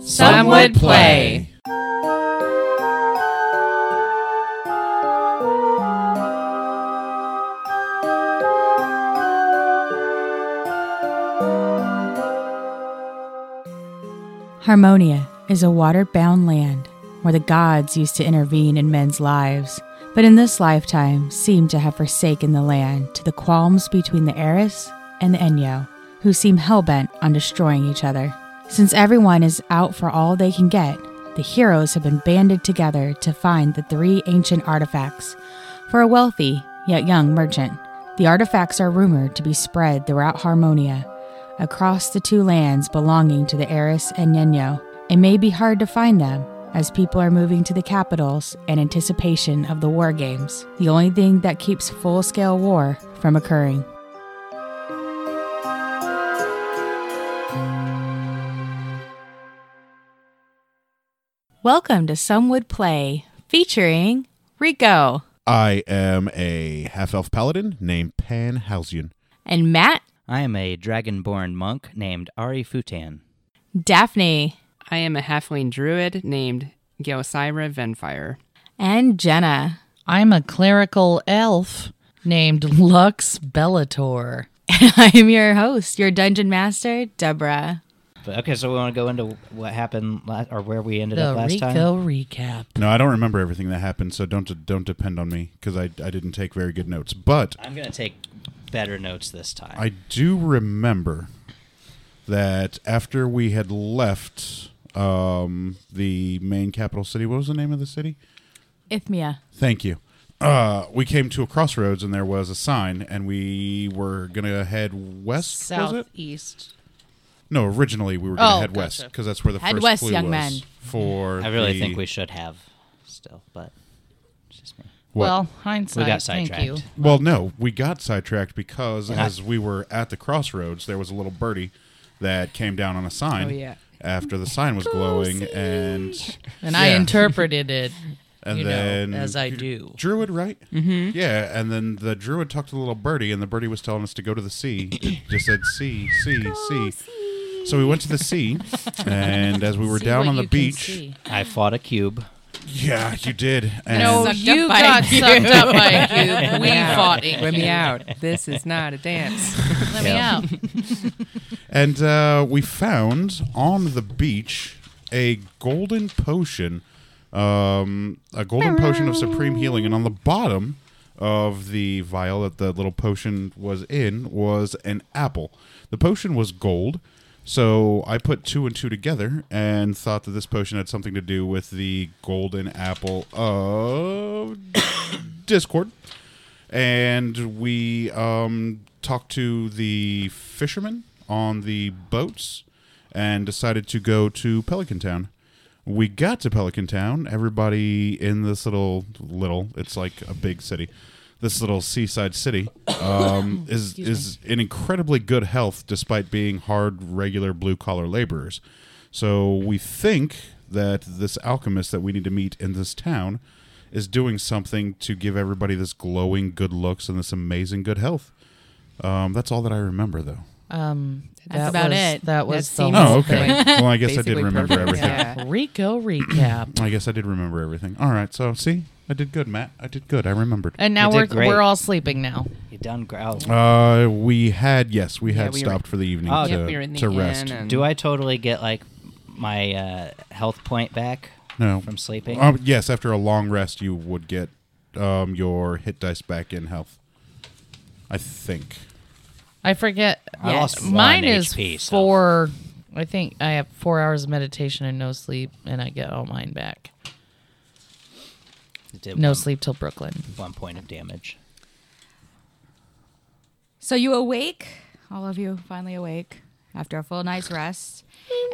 Some would play. Harmonia is a water bound land where the gods used to intervene in men's lives, but in this lifetime seem to have forsaken the land to the qualms between the Eris and the Enyo, who seem hell bent on destroying each other. Since everyone is out for all they can get, the heroes have been banded together to find the three ancient artifacts for a wealthy yet young merchant. The artifacts are rumored to be spread throughout Harmonia across the two lands belonging to the Eris and Nino. It may be hard to find them as people are moving to the capitals in anticipation of the war games, the only thing that keeps full scale war from occurring. Welcome to Some Would Play featuring Rico I am a half elf paladin named Pan Halcyon. and Matt, I am a dragonborn monk named Ari Futan. Daphne, I am a halfling druid named Gelsira Venfire. and Jenna. I'm a clerical elf named Lux Bellator. I'm your host, your dungeon master, Deborah. But, okay, so we want to go into what happened la- or where we ended The up last Rico time. recap. No, I don't remember everything that happened, so don't don't depend on me because I, I didn't take very good notes. But I'm gonna take better notes this time. I do remember that after we had left um, the main capital city, what was the name of the city? Ithmia. Thank you. Uh, we came to a crossroads and there was a sign, and we were gonna head west. Was it? Southeast. No, originally we were gonna Oh, head west gotcha. because that's where the Head first west, clue young was men. For I really the- think we should have still, but it's just me. What? Well, hindsight. We got Thank you. sidetracked. Well, no, we got sidetracked because Yeah. as we were at the crossroads, there was a little birdie that came down on a sign. Oh, yeah. After the sign was glowing, and And I Yeah. interpreted it, and you then know, as I Dru- do. druid, right? Mm-hmm. Yeah, and then the druid talked to the little birdie, and the birdie was telling us to go to the sea. It just said sea, sea, sea. So we went to the sea, and as we were See down what on the you can beach, see. I fought a cube. yeah, you did. And No, Sucked you up by got a cube. sucked up by a cube. We Yeah. fought it. Let me out. This is not a dance. Let me Yeah. out. And uh, we found on the beach a golden potion, um, a golden potion of supreme healing. And on the bottom of the vial that the little potion was in was an apple. The potion was gold. So I put two and two together and thought that this potion had something to do with the golden apple of Discord and we um, talked to the fishermen on the boats and decided to go to Pelican Town. We got to Pelican Town. Everybody in this little little it's like a big city. This little seaside city um, is is in incredibly good health despite being hard regular blue collar laborers. So we think that this alchemist that we need to meet in this town is doing something to give everybody this glowing good looks and this amazing good health. Um, that's all that I remember, though. Um, That's that about was, it. That was That the seems- whole Oh, okay. Basically- well, I guess I did basically remember perfect. everything. Yeah. thing. Rico recap. I guess I did remember everything. All right, so see, I did good, Matt. I did good. I remembered. And now You we're did great. we're all sleeping now. You done oh, growl. Uh, we had yes, we had we were- stopped for the evening Oh, to, yeah, we were in the to rest. inn and- Do I totally get like my uh, health point back no, from sleeping? Um, yes, after a long rest, you would get um, your hit dice back in health. I think. I forget. I yeah, lost one Mine is HP, so- four. I think I have four hours of meditation and no sleep, and I get all mine back. Did No one- sleep till Brooklyn. One point of damage. So you awake, all of you finally awake after a full night's rest,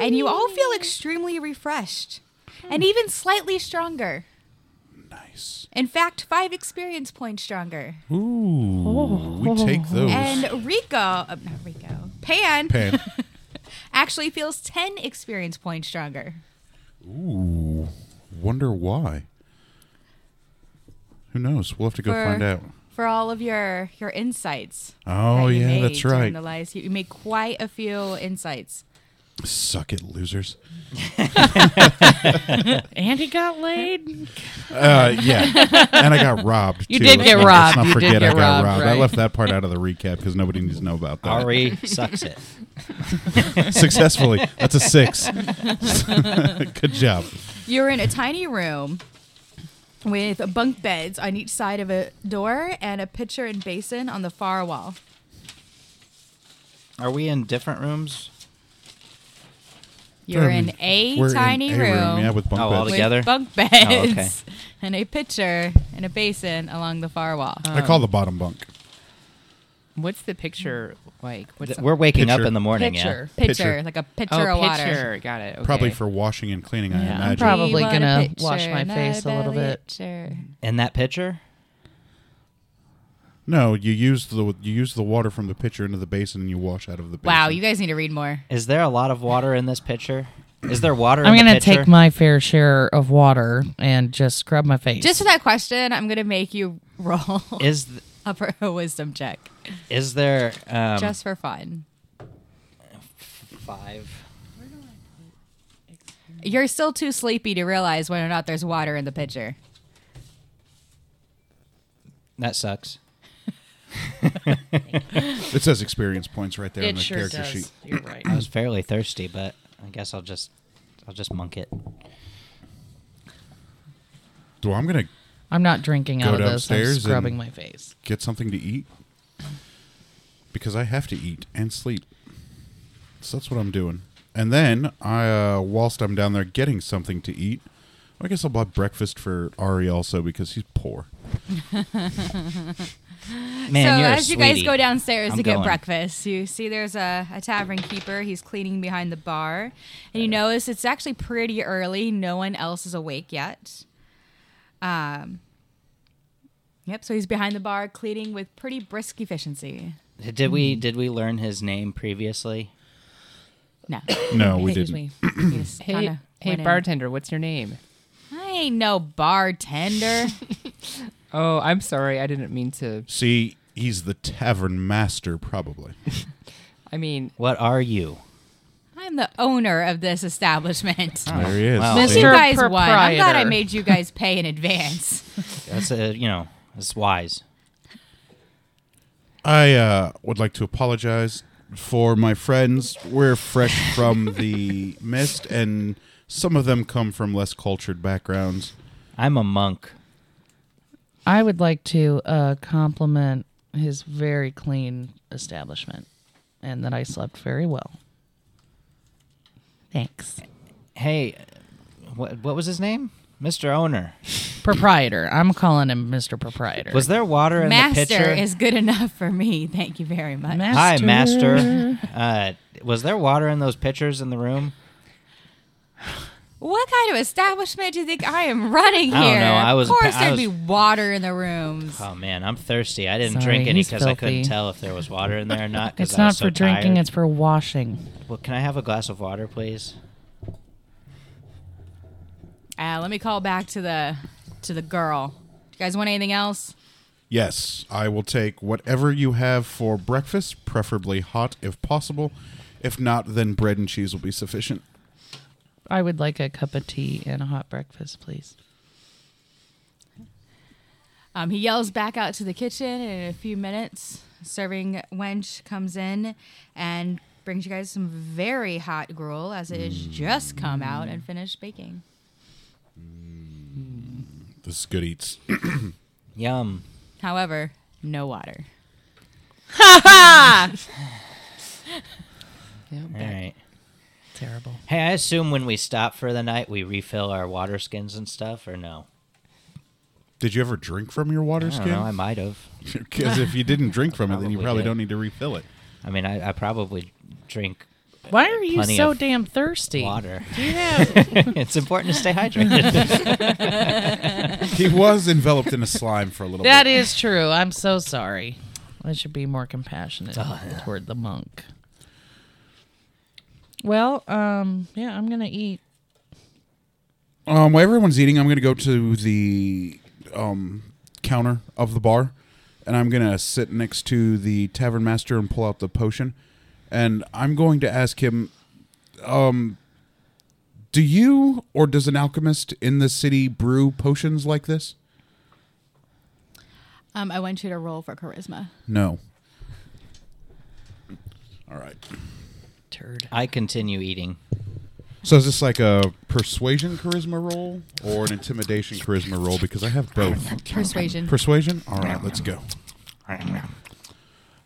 and you all feel extremely refreshed and even slightly stronger. Nice. In fact, five experience points stronger. Ooh, we take those. And Rico, uh, not Rico, Pan, Pan. actually feels 10 experience points stronger. Ooh, wonder why. Who knows? We'll have to go For- find out. For all of your your insights. Oh that you yeah, made that's during right. The lies. You, you made quite a few insights. Suck it, losers. And he got laid. Uh, yeah, and I got robbed. You too. did Let's get not- robbed. Let's not You did forget get I got robbed. robbed, I right. left that part out of the recap because nobody needs to know about that. Ari sucks it. Successfully, that's a six. Good job. You're in a tiny room with bunk beds on each side of a door and a pitcher and basin on the far wall. Are we in different rooms? You're Um, in a We're in tiny a room, yeah, with bunk Oh, beds. all with Together? bunk beds okay. and a pitcher and a basin along the far wall. I call um, the bottom bunk. What's the picture like? What's Th- We're waking up Picture. in the morning, Picture. pitcher, pitcher. like a pitcher Oh, of water. picture. Got it. Okay. Probably for washing and cleaning, I Yeah, I'm imagine. probably- We want a gonna pitcher, wash my not face a little bit. pitcher. yeah. In that picture? no, you use the you use the water from the pitcher into the basin and you wash out of the basin. Wow, you guys need to read more. Is there a lot of water in this picture? Is there water I'm in gonna the picture? take my fair share of water and just scrub my face. Just for that question, I'm gonna make you roll Is th- up for a wisdom check, is there um, just for fun. five? You're still too sleepy to realize whether or not there's water in the pitcher. That sucks. It says experience points right there on it the sure character does. sheet. You're right. I was fairly thirsty, but I guess I'll just I'll just monk it. So I'm gonna I'm not drinking Go out of this. I'm downstairs and- scrubbing my face. get something to eat because I have to eat and sleep. So that's what I'm doing. And then I, uh, whilst I'm down there getting something to eat, I guess I'll buy breakfast for Ari also because he's poor. Man, so you're a as you guys sweetie. go downstairs I'm to get going. breakfast, you see there's a, a tavern keeper. He's cleaning behind the bar, and you notice it's actually pretty early. No one else is awake yet. Um. Yep. So he's behind the bar cleaning with pretty brisk efficiency. did we did we learn his name previously? No. No, we Excuse didn't. me. he just Hey, kinda hey went in. bartender, what's your name? I ain't no bartender. Oh, I'm sorry. I didn't mean to. See, he's the tavern master, probably. I mean, What are you? I'm the owner of this establishment. there he is. wow. You Mr. guys won. I'm glad I Proprietor. made you guys pay in advance. That's a you know that's wise. I uh, would like to apologize for my friends. We're fresh from the mist, and some of them come from less cultured backgrounds. I'm a monk. I would like to uh, compliment his very clean establishment and that I slept very well. Thanks. Hey, what what was his name? Mr. Owner. Proprietor. I'm calling him Mr. Proprietor. Was there water in the Master pitcher? is good enough for me. Thank you very much. Hi, Master. Uh, was there water in those pitchers in the room? What kind of establishment do you think I am running here? I don't know. I was- of course, I there'd was- be water in the rooms. Uh, Oh man, I'm thirsty. I didn't Sorry, drink any he's because I couldn't filthy. tell if there was water in there or not. 'cause It's I not was so for drinking, tired. it's for washing. Well, can I have a glass of water, please? Uh, let me call back to the to the girl. You guys want anything else? Yes, I will take whatever you have for breakfast, preferably hot if possible. If not, then bread and cheese will be sufficient. I would like a cup of tea and a hot breakfast, please. Um, he yells back out to the kitchen, and in a few minutes, serving wench comes in and brings you guys some very hot gruel as it has Mm. just come out and finished baking. This is good eats. Yum. However, no water. All right. Terrible. Hey, I assume when we stop for the night, we refill our water skins and stuff, or no? Did you ever drink from your water I don't know. I skin? might have. Because if you didn't drink from it, then you Probably probably did. don't need to refill it. I mean, I, I probably drink Why are you Plenty so of damn thirsty? water. Yeah. it's important to stay hydrated. He was enveloped in a slime for a little that bit. is true. I'm so sorry. I should be more compassionate toward the monk. Well, um, yeah, I'm gonna eat. Um, while everyone's eating, I'm going to go to the um, counter of the bar, and I'm going to sit next to the tavern master and pull out the potion, and I'm going to ask him. um, Do you or does an alchemist in the city brew potions like this? Um, I want you to roll for charisma. No. All right. Turd. I continue eating. So is this like a persuasion charisma roll or an intimidation charisma roll? Because I have both. Persuasion. Persuasion? All right, let's go.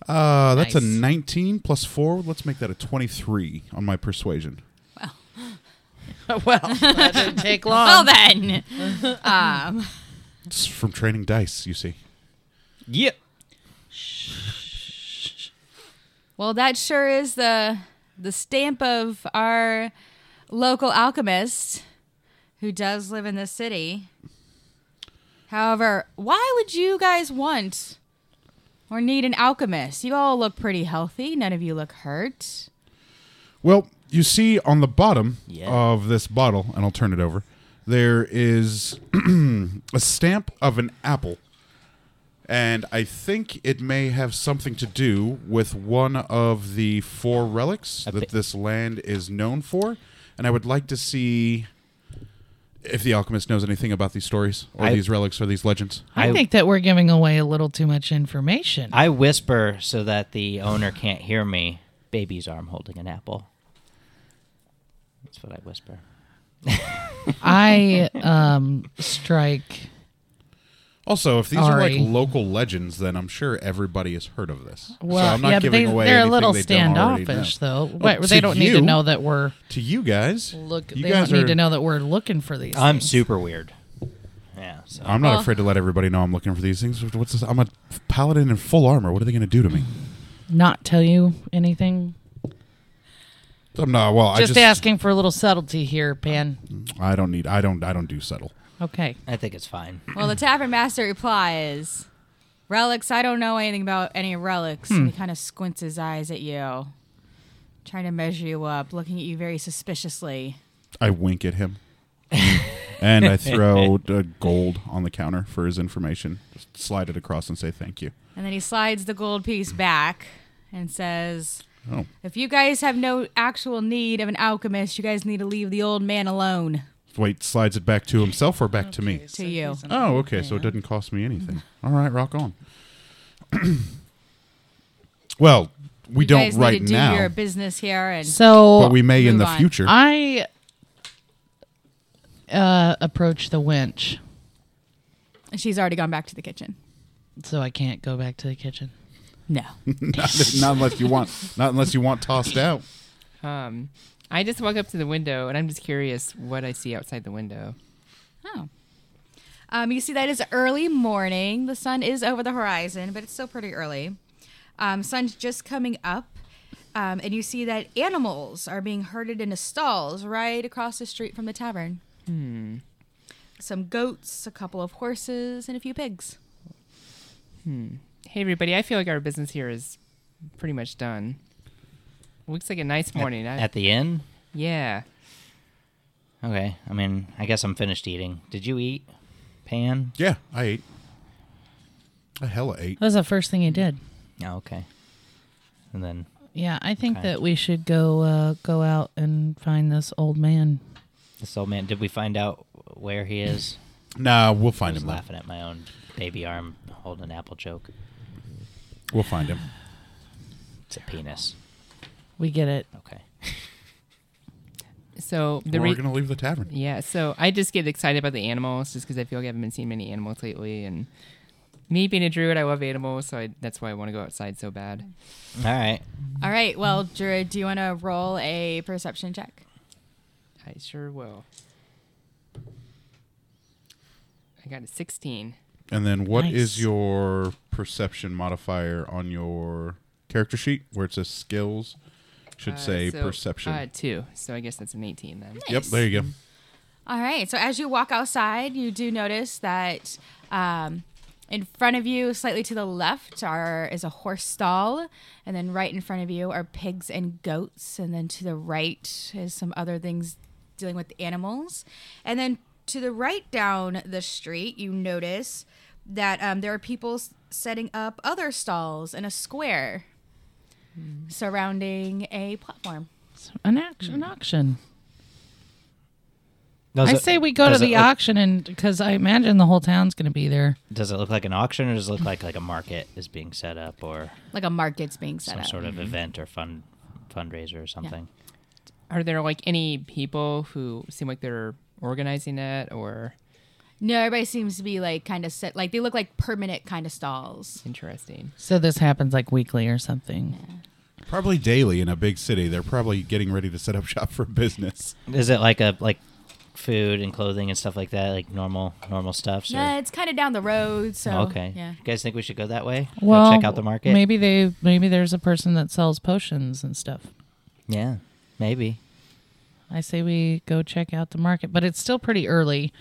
Uh, that's a Nice. 19 plus 4. Let's make that a 23 on my persuasion. well, that didn't take long. well then, um, It's from training dice, you see. Yep. well that sure is the the stamp of our local alchemist who does live in the city. However, why would you guys want or need an alchemist? You all look pretty healthy. None of you look hurt. Well, you see on the bottom Yeah. of this bottle, and I'll turn it over, there is a stamp of an apple. And I think it may have something to do with one of the four relics A that pi- this land is known for. And I would like to see if the alchemist knows anything about these stories or I- these relics or these legends. I I- think that we're giving away a little too much information. I whisper so that the owner can't hear me. Baby's arm holding an apple. That's what I whisper. I um strike. Also, if these are Ari. like local legends, then I'm sure everybody has heard of this. Well, so I'm not yeah, but giving they, away they're a anything little they don't already know. standoffish, though. Oh, Wait, they to don't need to you- know that we're to you guys. look. you they guys don't need are- to know that we're looking for these. I'm things. super weird. Yeah. So I'm not Well- afraid to let everybody know I'm looking for these things. What's this? I'm a paladin in full armor. What are they going to do to me? not tell you anything. I'm not. Well, I Just, just asking for a little subtlety here, Pan. I don't need. I don't. I don't do subtle. Okay. I think it's fine. Well, the tavern master replies, "Relics. I don't know anything about any relics." And Hmm. he kind of squints his eyes at you, trying to measure you up, looking at you very suspiciously. I wink at him, and I throw uh, gold on the counter for his information. Just slide it across and say thank you. And then he slides the gold piece back and says, Oh, "If you guys have no actual need of an alchemist, you guys need to leave the old man alone." wait. Slides it back to himself or back to me? To you. Oh, okay. So it didn't cost me anything. All right, rock on. well, we you don't guys right need to Do your now, business here, and So but we may in move the on. future. I uh, approach the winch, she's already gone back to the kitchen. so I can't go back to the kitchen. No. not, not unless you want. Not unless you want tossed out. Um, I just walk up to the window and I'm just curious what I see outside the window. Oh. Um, you see, that is early morning. The sun is over the horizon, but it's still pretty early. Um, sun's just coming up, um, and you see that animals are being herded into stalls right across the street from the tavern. Hmm. Some goats, a couple of horses, and a few pigs. Hey, everybody, I feel like our business here is pretty much done. Looks like a nice morning. I, At the inn. yeah. Okay. I mean, I guess I'm finished eating. Did you eat, Pan? Yeah, I ate. A hella ate. That was the first thing he did. Oh, okay. And then Yeah, I think Okay. that we should go uh, go out and find this old man. this old man. Did we find out where he is? Nah, we'll I find was him. Laugh. laughing at my own baby arm holding an apple joke. We'll find him. It's a penis. We get it. Okay. So the We're re- gonna leave the tavern. yeah. So I just get excited about the animals just because I feel like I haven't been seeing many animals lately, and me being a druid, I love animals, so I, that's why I want to go outside so bad. All right. All right, well, Druid, do you want to roll a perception check? I sure will. I got a 16. And then, what is Nice. your perception modifier on your character sheet where it says skills? Should Uh, say so, perception. Uh, two. So I guess that's an 18 then. Yep, there you go. All right. So as you walk outside, you do notice that um, in front of you, slightly to the left, are is a horse stall, and then right in front of you are pigs and goats, and then to the right is some other things dealing with animals, and then to the right down the street, you notice that um, there are people s- setting up Hmm. other stalls in a square surrounding a platform. So an action. An auction. Does I it- say we go to does it the look- auction, and because I imagine the whole town's going to be there. Does it look like an auction, or does it look like like a market is being set up, or Like a market's being set some up. sort of event or fund fundraiser or something? Are there like any people who seem like they're organizing it or No, everybody seems to be like kind of set. Like they look like permanent kind of stalls. interesting? So this happens like weekly or something. Probably daily in a big city. They're probably getting ready to set up shop for business. Is it like a like food and clothing and stuff like that, like normal normal stuff? Oh, Yeah, it's kind of down the road. Oh, So okay. yeah. You guys think we should go that way? Well, go check out the market. Maybe they. Maybe there's a person that sells potions and stuff. Yeah, maybe. I say we go check out the market, but it's still pretty early.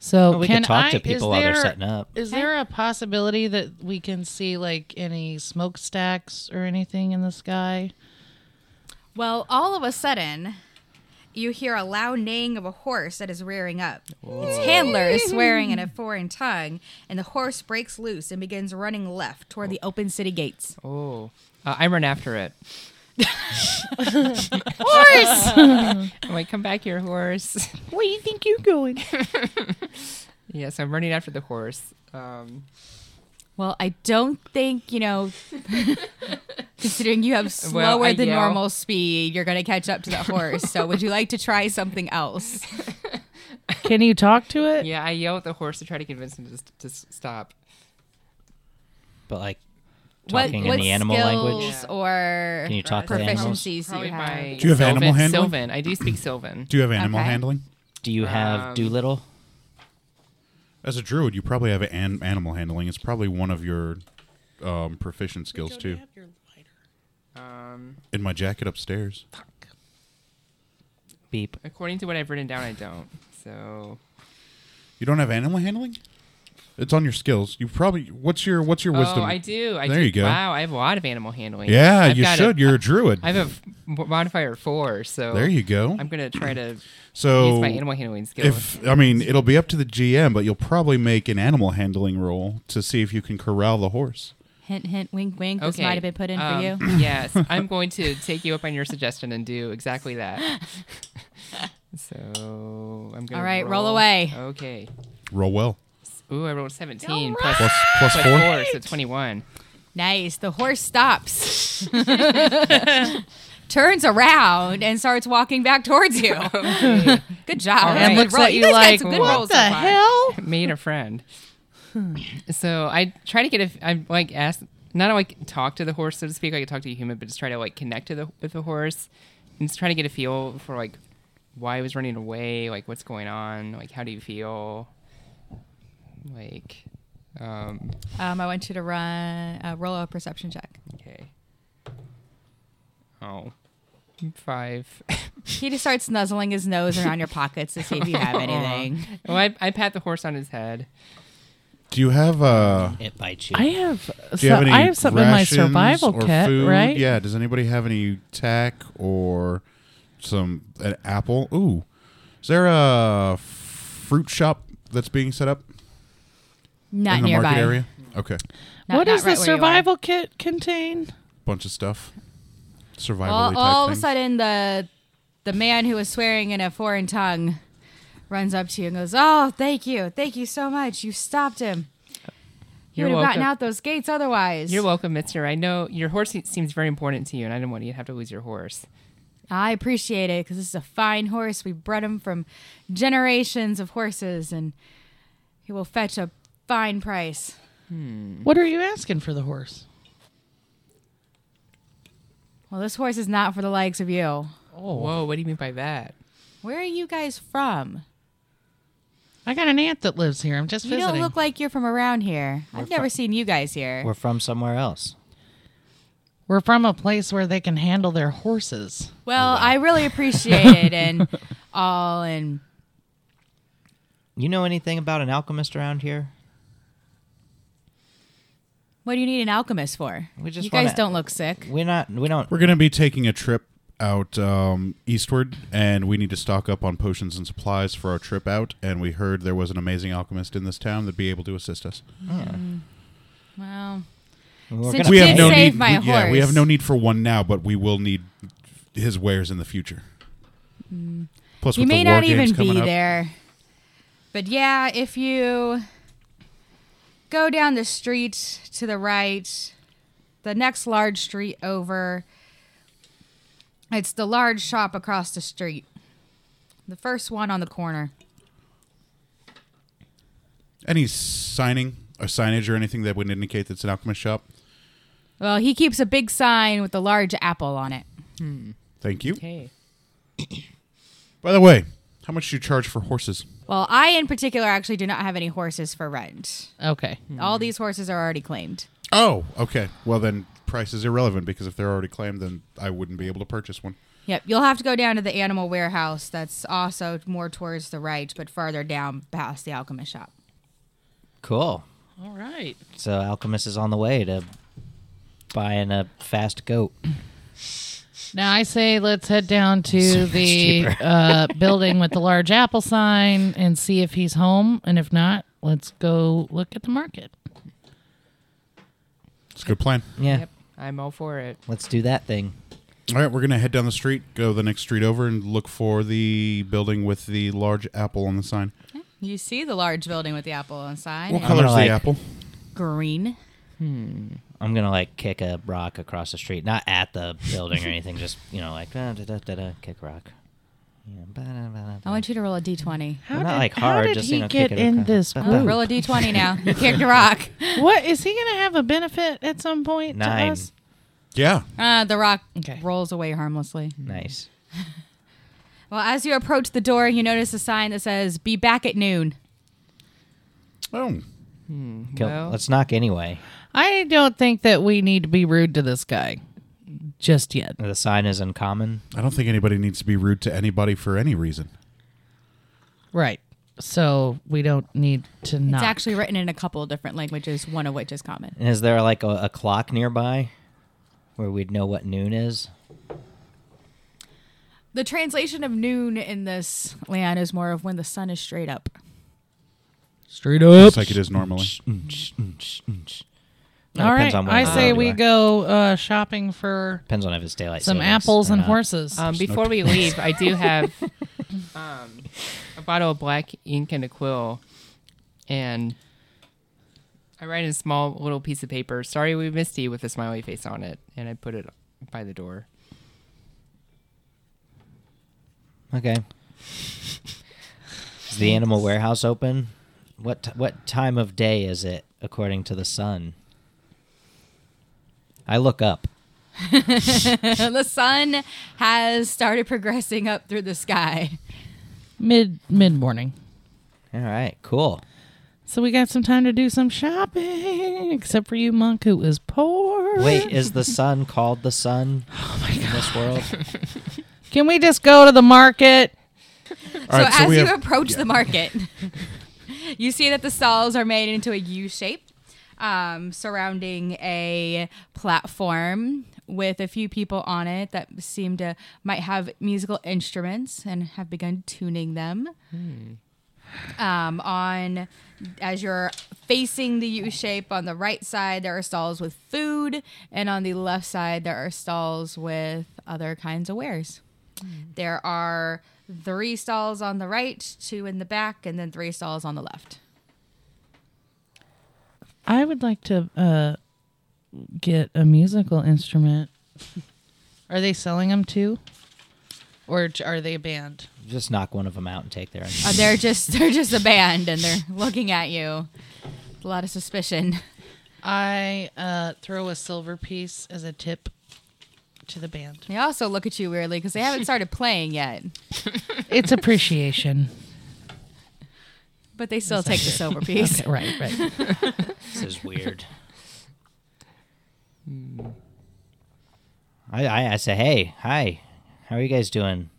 So Well, we can could talk I, to is people while they're there- setting up. Is there a possibility that we can see like any smokestacks or anything in the sky? Well, all of a sudden, you hear a loud neighing of a horse that is rearing up. Its handler is swearing in a foreign tongue, and the horse breaks loose and begins running left toward the open city gates. Oh, uh, I run after it. Horse! I'm like, come back here, horse. Where do you think you're going? yeah, so I'm running after the horse. Um, well, I don't think, you know, considering you have slower I than yell. normal speed, you're going to catch up to that horse. so would you like to try something else? Can you talk to it? yeah, I yell at the horse to try to convince him to, st- to s- stop. But like What, talking what in the animal language. skills or Can you talk to the animals? proficiencies do you have? Do you have animal Sylvan- handling? Sylvan. I do speak Sylvan. Do you have animal Okay. handling? Do you have Um, Doolittle? As a druid, you probably have an animal handling. It's probably one of your um, proficient skills too. Um, In my jacket upstairs. Beep. according to what I've written down, I don't. So You don't have animal handling? It's on your skills. You probably what's your what's your wisdom? Oh, I do. I There do. you go. Wow, I have a lot of animal handling. Yeah, I've you got should. A, You're a druid. I have a f- modifier four, so there you go. I'm gonna try to so use my animal handling skill. if I mean it'll be up to the GM, but you'll probably make an animal handling roll to see if you can corral the horse. Hint, hint, wink, wink. This might have been put in um, for you. yes, I'm going to take you up on your suggestion and do exactly that. so I'm gonna. All right, roll away. Uh, Okay. Roll well. Ooh, I rolled 17 plus Plus plus plus four. four, so 21. Nice. The horse stops, turns around, and starts walking back towards you. Good job. All right. And looks Roll- at you guys got like, some good what rolls the so far." hell? made a friend. so I try to get if I'm like ask not like talk to the horse so to speak, like talk to a human, but just try to like connect to the with the horse and just try to get a feel for like why he was running away, like what's going on, like how do you feel, like um Um, I want you to run uh, roll a perception check. okay oh five He just starts nuzzling his nose around your pockets to see if you have anything. well I, I pat the horse on his head Do you have uh It bites you. I have, do you have so- any I have something in my rations survival or kit, food? right? Yeah, does anybody have any tack or some an apple? Ooh. Is there a fruit shop that's being set up Not in the nearby. market area? Okay. Not- what not does right the where you are. survival kit contain? Bunch of stuff. Survival All, type all of a things. sudden, the the man who was swearing in a foreign tongue runs up to you and goes, "Oh, thank you, thank you so much. You stopped him. He You're would have gotten welcome. out those gates otherwise." you're welcome mister i know your horse se- seems very important to you and i didn't want you to have to lose your horse I appreciate it because this is a fine horse. We bred him from generations of horses, and he will fetch a fine price. What are you asking for the horse? Well, this horse is not for the likes of you. Whoa, what do you mean by that? Where are you guys from? I got an aunt that lives here. I'm just You visiting. don't look like you're from around here. I've never seen you guys here. We're from somewhere else. We're from a place where they can handle their horses. Oh, Well, I really appreciate it and all, and You know anything about an alchemist around here? what do you need an alchemist for? We just you guys wanna- don't look sick. We're not. We don't. We're going to be taking a trip out um, eastward, and we need to stock up on potions and supplies for our trip out. And we heard there was an amazing alchemist in this town that'd be able to assist us. Well, We're Since gonna you we did have no save need. my we- Yeah, we horse. have no need for one now, but we will need his wares in the future. Plus, You Mm. with may the war not even games coming be up, there. But yeah, if you go down the street to the right, the next large street over, it's the large shop across the street. The first one on the corner. Any signing or signage or anything that would indicate that it's an alchemist shop? Well, he keeps a big sign with a large apple on it. Thank you. Hey. By the way, how much do you charge for horses? Well, I in particular actually do not have any horses for rent. Okay. All these horses are already claimed. Oh, okay. Well, then price is irrelevant because if they're already claimed, then I wouldn't be able to purchase one. Yep, you'll have to go down to the animal warehouse that's also more towards the right, but farther down past the alchemist shop. Cool. All right. So uh, Alchemist is on the way to buying a fast goat. Mm-hmm. Now I say let's head down to much the cheaper. uh, building with the large apple sign and see if he's home, and if not, let's go look at the market. It's a good plan. Yeah. Yep, I'm all for it. Let's do that thing. All right, we're gonna head down the street, go the next street over, and look for the building with the large apple on the sign. You see the large building with the apple inside. What and color's like- the apple? Green. I'm gonna like kick a rock across the street, not at the building or anything. Just you know, like da, da, da, da, da, kick rock. Yeah, ba, da, ba, da, I da. want you to roll a d20. How Well, not did, like how hard, did just, he you know, kick get it in across. this Ba- group? ba- Uh, Roll a d20 now. You kicked a rock. What is he gonna have a benefit at some point? To Nine. us? Yeah. Uh, the rock Okay. rolls away harmlessly. Nice. Mm-hmm. Well, as you approach the door, you notice a sign that says, Be back at noon. Oh, Kill- Well- Let's knock anyway. I don't think that we need to be rude to this guy just yet. The sign is uncommon. I don't think anybody needs to be rude to anybody for any reason. Right. So we don't need to knock. It's actually written in a couple of different languages, one of which is common. And is there like a, a clock nearby where we'd know what noon is? The translation of noon in this land is more of when the sun is straight up. straight up. Just like it is normally. Unch, unch, unch. No, All mm, depends right. on when I it's say done, we anyway. go uh, shopping for Depends on if it's daylight. some savings apples or and not. horses. Um, before we leave, I do have um, a bottle of black ink and a quill, and I write in a small little piece of paper. Sorry, we missed you with a smiley face on it, and I put it by the door. Okay. Is the animal warehouse open? What t- what time of day is it according to the sun? I look up. the sun has started progressing up through the sky. mid mid morning. All right, cool. So we got some time to do some shopping, except for you, monk, who is poor. Wait, is the sun called the sun in this world? Can we just go to the market? All right, so, as we you have- approach the market, you see that the stalls are made into a U shape um, surrounding a platform with a few people on it that seem to might have musical instruments and have begun tuning them. Hmm. Um, on as you're facing the U shape, on the right side there are stalls with food, and on the left side there are stalls with other kinds of wares. There are three stalls on the right, two in the back, and then three stalls on the left. I would like to uh, get a musical instrument. Are they selling them too? Or j- are they a band? Just knock one of them out and take their. Uh, they're just they're just a band, and they're looking at you. A lot of suspicion. I uh, throw a silver piece as a tip to the band. They also look at you weirdly because they haven't started playing yet, It's appreciation. but they still take the silver piece. Okay, right, right. This is weird. Hmm. I, I I say, hey, hi, how are you guys doing?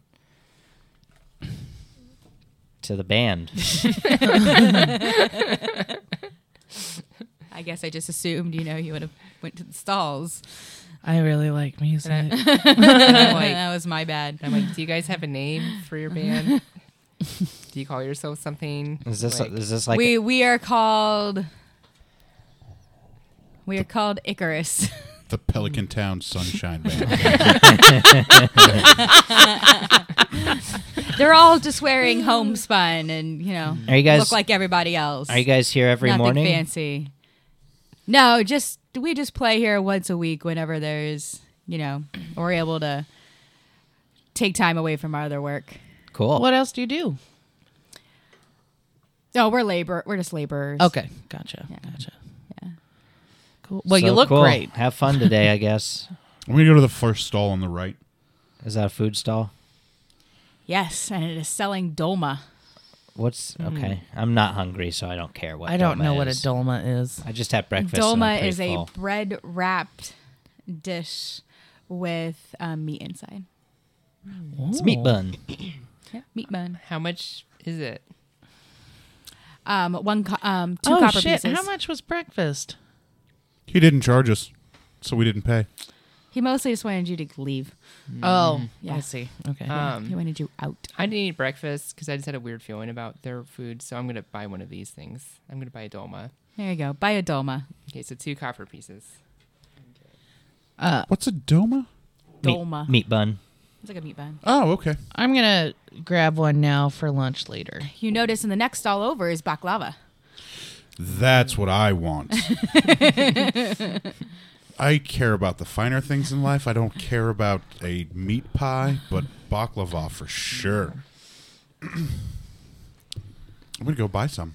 To the band. I guess I just assumed you know you would have went to the stalls. I really like music. And I'm like, that was my bad. and I'm like, do you guys have a name for your band? do you call yourself something? Is this Like, is this like we we are called we are called Icarus. the Pelican Town Sunshine Band. They're all just wearing homespun and you know Are you guys- look like everybody else. Are you guys here every Nothing morning? fancy. No, just we just play here once a week whenever there's you know we're able to take time away from our other work. Cool. What else do you do? No, we're labor. We're just laborers. Okay, gotcha, gotcha. Cool. Well, you So look cool. great. Have fun today, I guess. I'm gonna go to the first stall on the right. Is that a food stall? Yes, and it is selling dolma. What's okay? I'm not hungry, so I don't care what. Mm. I don't dolma know what a is. dolma is. I just had breakfast. and I'm dolma pretty is full. a bread wrapped dish with um, meat inside. It's meat bun. Yeah, meat bun. How much is it? Um, one co- um, two Oh copper shit! pieces. How much was breakfast? He didn't charge us, so we didn't pay. He mostly just wanted you to leave. Oh, Yeah. I see. Okay. He Um, wanted you out. I didn't eat breakfast because I just had a weird feeling about their food, so I'm gonna buy one of these things. I'm gonna buy a dolma. There you go. Buy a dolma. Okay, so two copper pieces. What's a doma? Meat- Dolma. Meat, bun. It's like a meat bun. Oh, okay. I'm gonna grab one now for lunch later. You notice in the next all over is baklava. That's what I want. I care about the finer things in life. I don't care about a meat pie, but baklava for sure. I'm gonna go buy some.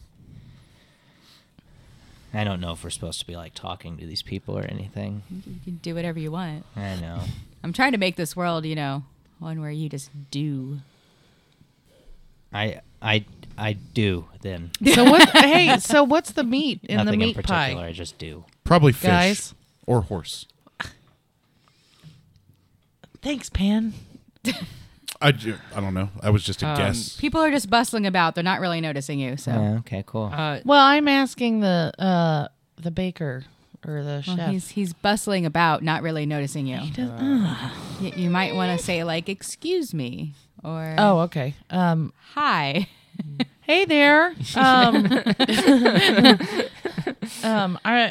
I don't know if we're supposed to be like talking to these people or anything. You can do whatever you want. I know. I'm trying to make this world, you know, one where you just do. I I I do then. So what? hey, so what's the meat in Nothing the in meat particular. pie? I just do. Probably fish Guys? or horse. Thanks, Pan. I, ju- I don't know. I was just a Um, guess. People are just bustling about. They're not really noticing you. So Yeah, okay, cool. Uh, Well, I'm asking the uh the baker or the Well, chef. he's he's bustling about, not really noticing you. He does- Y- you might want to say like, "Excuse me," or oh, okay. Um, hi." hey there. Um, um, I.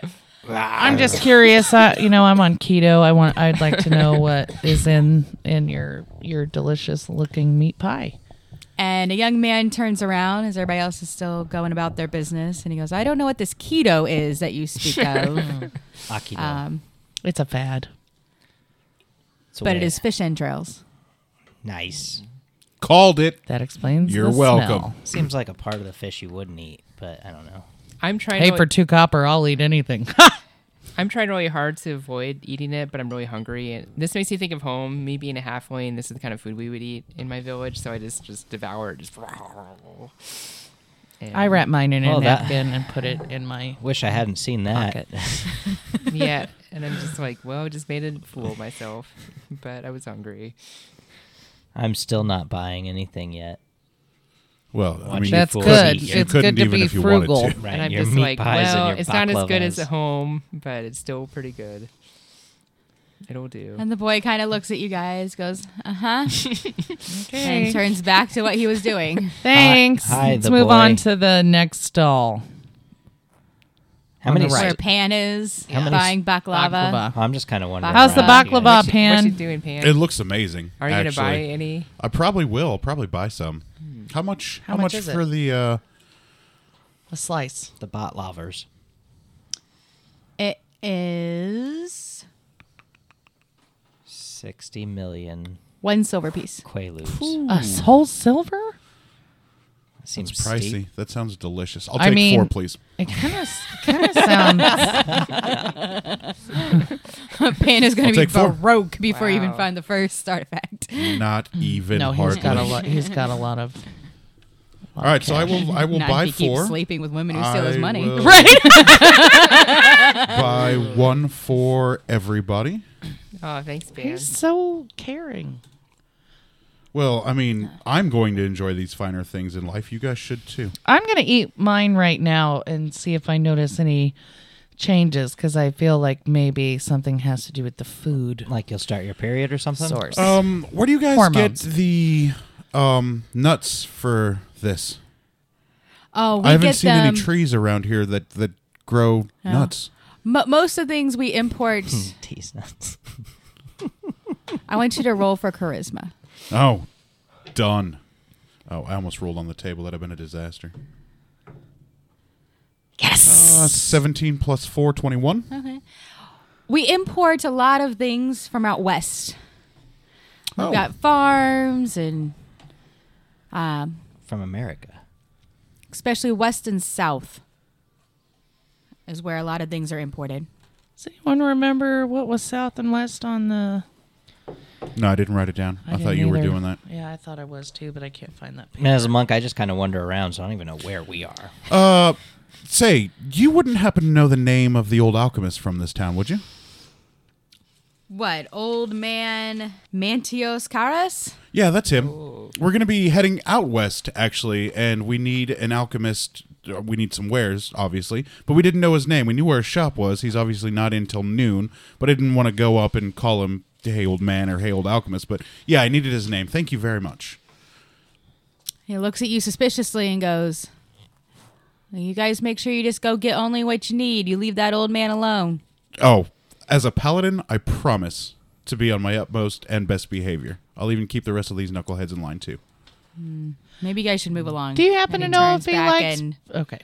Ah. I'm just curious. I, you know, I'm on keto. I want. I'd like to know what is in in your your delicious looking meat pie. And a young man turns around as everybody else is still going about their business, and he goes, "I don't know what this keto is that you speak of, Akido. um, It's a fad. It's a but way- it is fish entrails." nice. Called it. That explains. You're the welcome. smell. Seems like a part of the fish you wouldn't eat, but I don't know. I'm trying. Hey, to, for two copper, I'll eat anything. I'm trying really hard to avoid eating it, but I'm really hungry. And this makes me think of home. Me being a halfling, this is the kind of food we would eat in my village. So I just just devour it. Just And- I wrap mine in a Well, that- napkin and put it in my Wish I hadn't seen that. pocket. yeah, and I'm just like, well, I just made a fool of myself, but I was hungry. I'm still not buying anything yet. Well, I mean, That's fools good. eat. you It's couldn't good to even be if you wanted frugal. to. Right. and I'm your just meat like, pies well, and your it's not as good as baklavas. at home, but it's still pretty good. It'll do. And the boy kind of looks at you guys, goes, "Uh huh," and Okay. turns back to what he was doing. Thanks. Hi- hi, Let's the move boy. on to the next stall. How On many? the right. Where Pan is How many buying baklava. Baklava. I'm just kind of wondering. How's the around, baklava, guys. What you- What you Pan? doing, Pan? It looks amazing. Are you gonna actually. buy any? I probably will. I'll probably buy some. How much? How, Hmm. How much much, is it? for the? uh A slice. The bot lovers. It is Sixty million one silver piece. quaaludes. A whole silver? That Seems It's pricey. steep. That sounds delicious. I'll I take mean- four, please. It kind of kind of sounds. Pan is going I'll to be take four. baroque before you even Wow. find the first artifact. Not even hmm. no, he's hardly. got a lot. He's got a lot of. All right, so I will. I will Not buy if he four. Keeps sleeping with women who steal his I money. will Right. buy one for everybody. Oh, thanks, Pan. He's so caring. Well, I mean, I'm going to enjoy these finer things in life. You guys should too. I'm gonna eat mine right now and see if I notice any changes because I feel like maybe something has to do with the food Like you'll start your period or something. source. Um, where do you guys Hormones. get the um nuts for this? Oh, we I haven't get seen them. any trees around here that that grow nuts. Mo most of the things we import, Hmm. Tease nuts. I want you to roll for charisma. Oh, done. Oh, I almost rolled on the table. That'd have been a disaster. Yes. Uh, 17 plus 4, 21. We import a lot of things from out west. We've Oh. got farms and um, From America. especially west and south is where a lot of things are imported. Does anyone remember what was south and west on the? No, I didn't write it down. I, didn't thought you were either. doing that. Yeah, I thought I was too, but I can't find that. I mean, as a monk, I just kind of wander around, so I don't even know where we are. Uh, say, you wouldn't happen to know the name of the old alchemist from this town, would you? What? Old man Mantios Caras? Yeah, that's him. We're going to be heading out west, actually, and we need an alchemist. Uh, We need some wares, obviously, but we didn't know his name. We knew where his shop was. He's obviously not in till noon, but I didn't want to go up and call him, hey, old man, or hey, old alchemist. But yeah, I needed his name. Thank you very much. He looks at you suspiciously and goes, You guys make sure you just go get only what you need. You leave that old man alone. Oh, as a paladin, I promise to be on my utmost and best behavior. I'll even keep the rest of these knuckleheads in line, too. Maybe you guys should move along. Do you happen And to he know turns if he back likes? in Okay,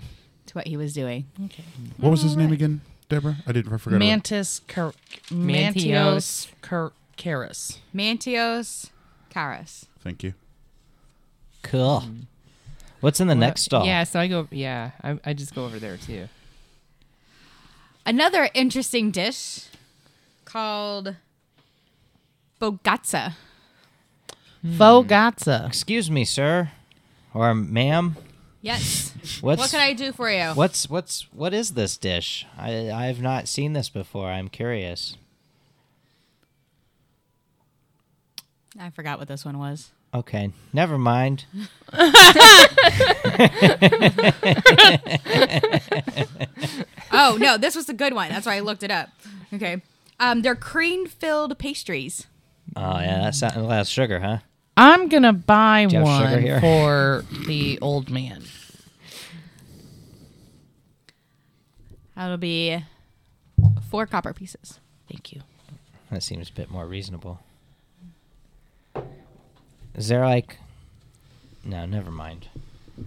to what he was doing? okay. What was his name again, Deborah? I didn't I forgot. already. Mantis, car- Mantios, car- Caris. Mantios Caras. Thank you. Cool. What's in the next stall? Mm. Yeah, so I go. Yeah, I, I just go over there too. Another interesting dish called bogatza. Fogatza. Excuse me, sir, or ma'am. Yes. What's what can I do for you? What's what's what is this dish? I I've not seen this before. I'm curious. I forgot what this one was. Okay, never mind. Oh no, this was the good one. That's why I looked it up. Okay. Um, they're cream filled pastries. Oh yeah, that's not a lot of sugar, huh? I'm gonna buy you have sugar one here? for the old man. That'll be four copper pieces. Thank you. That seems a bit more reasonable. Is there like? No, never mind.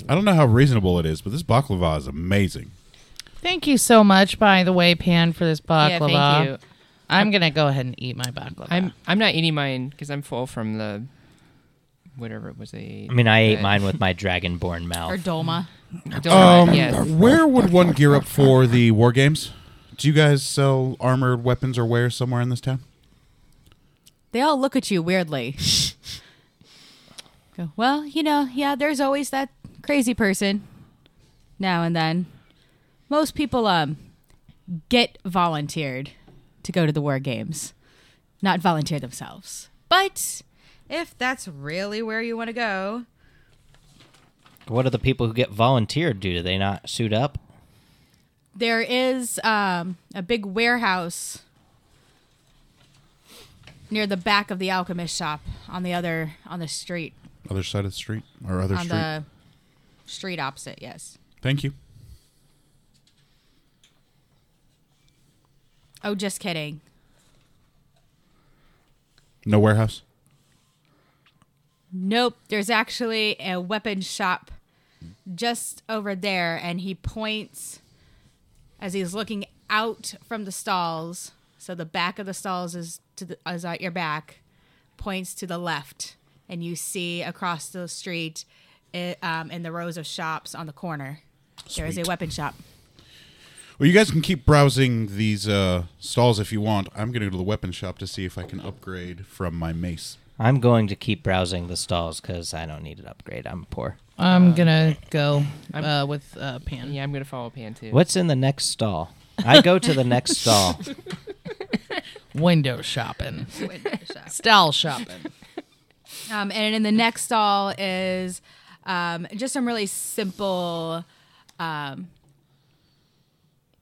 I don't know how reasonable it is, but this baklava is amazing. Thank you so much, by the way, Pan, for this Yeah, baklava. thank you. I'm gonna go ahead and eat my baklava. I'm I'm not eating mine because I'm full from the whatever it was. I I mean, I ate Right. mine with my dragonborn mouth. Or dolma. Don't Um, yes. Where would one gear up for the war games? Do you guys sell armored weapons or wares somewhere in this town? They all look at you weirdly. Go, well, you know, yeah, there's always that crazy person now and then. Most people um get volunteered to go to the war games, not volunteer themselves. But if that's really where you want to go, What do the people who get volunteered do? Do they not suit up? there is um, a big warehouse near the back of the alchemist shop on the other on the street Other side of the street or other on street? the street opposite yes Thank you. oh just kidding No warehouse. nope there's actually a weapon shop just over there and he points as he's looking out from the stalls so the back of the stalls is to the, is at your back points to the left and you see across the street i um, in the rows of shops on the corner there is a Sweet. weapon shop Well, you guys can keep browsing these uh, stalls if you want. I'm going to go to the weapon shop to see if I can upgrade from my mace. I'm going to keep browsing the stalls because I don't need an upgrade. I'm poor. I'm gonna go uh, with uh, Pan. Yeah, I'm gonna follow Pan too. What's in the next stall? I go to the next stall. Window shopping, style shopping. Um, and in the next stall is um, just some really simple. Um,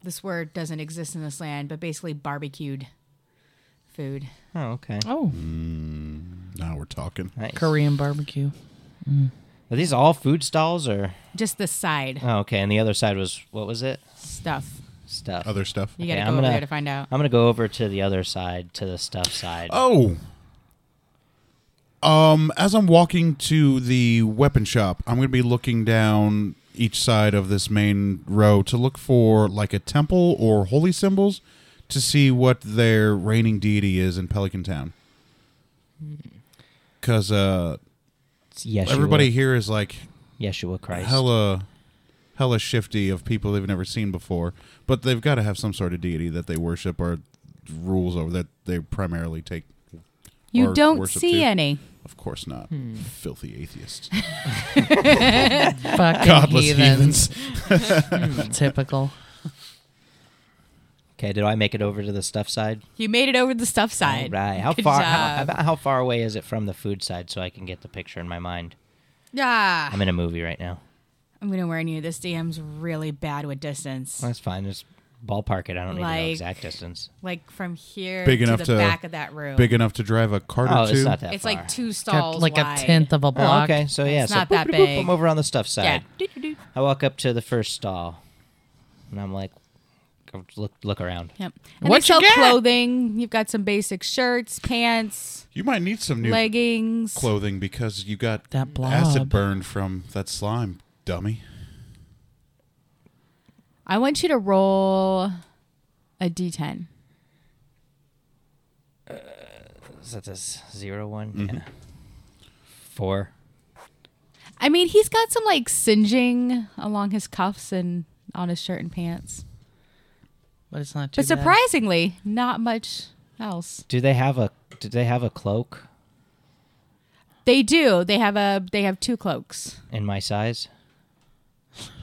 this word doesn't exist in this land, but basically barbecued food. Oh, okay. Oh, Now we're talking. Nice. Korean barbecue. Are these all food stalls or? Just the side Oh, okay. And the other side was what was it? stuff. stuff. Other stuff. You gotta go Okay, I'm over gonna- there to find out. I'm gonna go over to the other side, to the stuff side. Oh. Um, as I'm walking to the weapon shop, I'm going to be looking down each side of this main row to look for like a temple or holy symbols to see what their reigning deity is in Pelican Town. Because uh, It's Yeshua, everybody here is like Yeshua Christ. hella, hella shifty of people they've never seen before, but they've got to have some sort of deity that they worship or rules over that they primarily take. You or don't worship see to. any. Of course not. Hmm. Filthy atheists. Fucking Godless heathens. heathens. Typical. Okay, did I make it over to the stuff side? You made it over the stuff side. All right. How Good far? job. How, about how far away is it from the food side so I can get the picture in my mind? Ah, I'm in a movie right now. I'm gonna warn you. This DM's really bad with distance. Well, that's fine. Just ballpark it. I don't need to know Like- exact distance. Like from here Big to enough the to- back of that room. Big enough to drive a cart Oh, or two. it's not that it's far. like two stalls Got like wide. a tenth of a Oh, block. okay, so yeah, It's so not that boop, boop, boop, big. I'm over on the stuff side. Yeah. Doo-doo-doo. I walk up to the first stall, and I'm like, go look look around. Yep. And What they sell you got? clothing. You've got some basic shirts, pants, You might need some new leggings. clothing because you got That blob. acid burned from that slime, dummy. I want you to roll a d10. Is that this zero one? Mm-hmm. Yeah. Four. I mean, he's got some like singeing along his cuffs and on his shirt and pants. But it's not too But surprisingly, not much else. Do they have a Do they have a cloak They do. They have a they have two cloaks. in my size?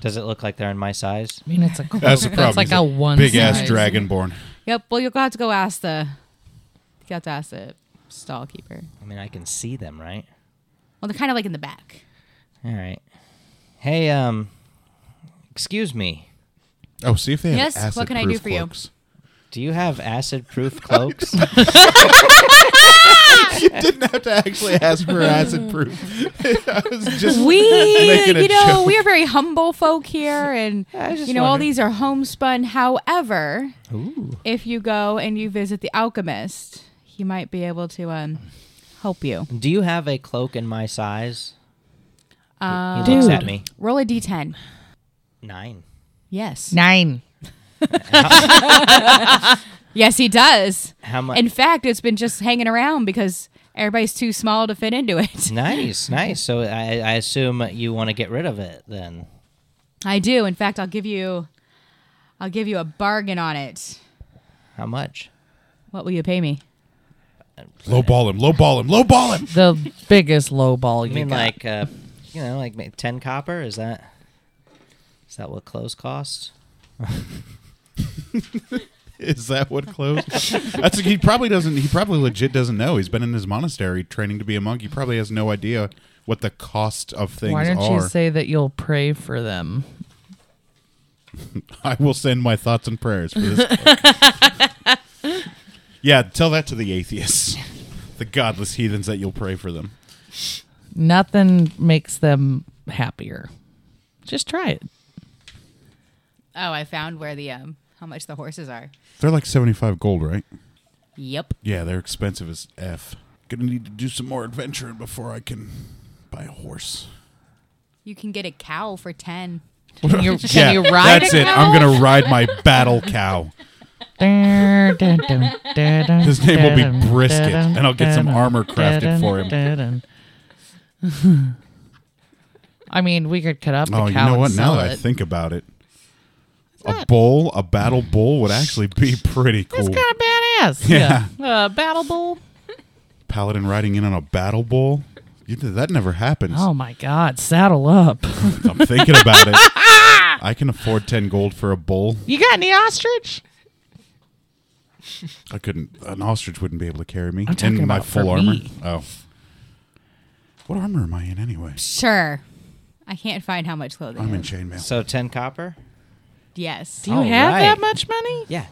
Does it look like they're in my size? bad. I mean, it's a cloak. That's the problem. It's like He's a one big size. ass dragonborn. Yep. Well, you'll have to go ask the you have to ask the stall keeper. I mean, I can see them, right? Well, they're kind of like in the back. All right. Hey, um, excuse me. Oh, see if they have Yes, what acid can I do proof for you? cloaks. Do you have acid-proof cloaks? Didn't have to actually ask for acid proof. I was just We, making a you know, joke. we are very humble folk here, and Yeah, I was just you know, all wondering. these are homespun. However, Ooh. if you go and you visit the alchemist, he might be able to um help you. Do you have a cloak in my size? He Um, looks Dude. at me. roll a d10. Nine. Yes. Nine. Yes, he does. How much? In fact, it's been just hanging around because everybody's too small to fit into it. nice, nice. So I, I assume you want to get rid of it then. I do. In fact, I'll give you, I'll give you a bargain on it. How much? What will you pay me? low ball him, low ball him, low ball him. The biggest low ball I you mean, got. like, uh, you know, like ma- ten copper. Is that is that what clothes cost? Is that what clothes? That's he probably doesn't. He probably legit doesn't know. He's been in his monastery training to be a monk. He probably has no idea what the cost of things Why don't are. you say that you'll pray for them? I will send my thoughts and prayers for this. book. yeah, tell that to the atheists, the godless heathens, that you'll pray for them. Nothing makes them happier. Just try it. Oh, I found where the um how much the horses are. They're like seventy-five gold, right? Yep. Yeah, they're expensive as f. Gonna need to do some more adventuring before I can buy a horse. You can get a cow for ten. Can you, can you ride that's a it. I'm gonna ride my battle cow. His His name will be Brisket, and I'll get some armor crafted for him. I mean, we could cut up the Oh, cow you know and what? Now sell that it. I think about it, a bull, a battle bull, would actually be pretty That's cool. kind of badass. Yeah. Yeah. Uh, battle bull. Paladin riding in on a battle bull. You, that never happens. Oh my God! Saddle up. I'm thinking about it. I can afford ten gold for a bull. You got any ostrich? I couldn't. An ostrich wouldn't be able to carry me. I'm talking in my about full for armor. me. Oh, what armor am I in anyway? Sure. I can't find how much clothing. I'm in is. chainmail. So ten copper. Yes. Do you All have right. that much money? Yeah.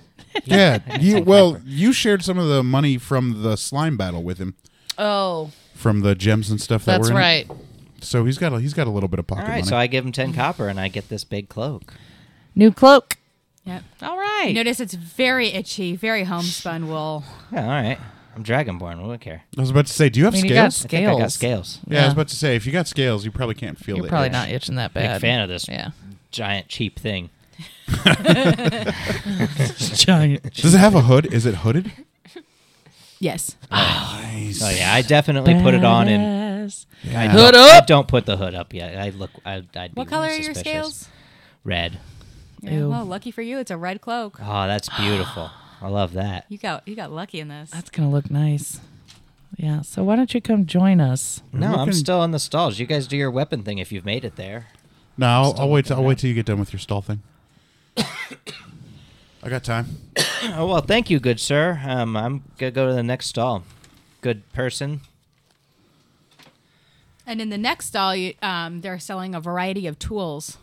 Yeah, you, well, you shared some of the money from the slime battle with him, Oh, from the gems and stuff that that's were in it. right. So he's got a, he's got a little bit of All pocket right. money. So I give him ten copper, and I get this big cloak. New cloak. Yep. All right. Notice it's very itchy, very homespun wool. Yeah, all right. I'm dragonborn. What do I care? I was about to say, do you have I mean, you got scales? I think I got scales. scales. yeah, I was about to say, if you got scales, you probably can't feel You're the probably itch. not itching that Big bad. fan of this Yeah. giant cheap thing. Giant. Does it have a hood? Is it hooded? Yes. Nice. Oh yeah, I definitely put it on and I Yeah. Hood don't- up! I don't put the hood up yet. I look. I, I'd be What really color are your suspicious. scales? Red. Yeah, well, lucky for you, it's a red cloak. Oh, that's beautiful. I love that. You got you got lucky in this. That's gonna look nice. Yeah. So why don't you come join us? No, I'm looking- still in the stalls. You guys do your weapon thing if you've made it there. No, I'll, I'll wait. Till, I'll wait till you get done with your stall thing. I got time. Oh well, thank you, good sir. Um, I'm gonna go to the next stall. Good person. And in the next stall, you, um, they're selling a variety of tools.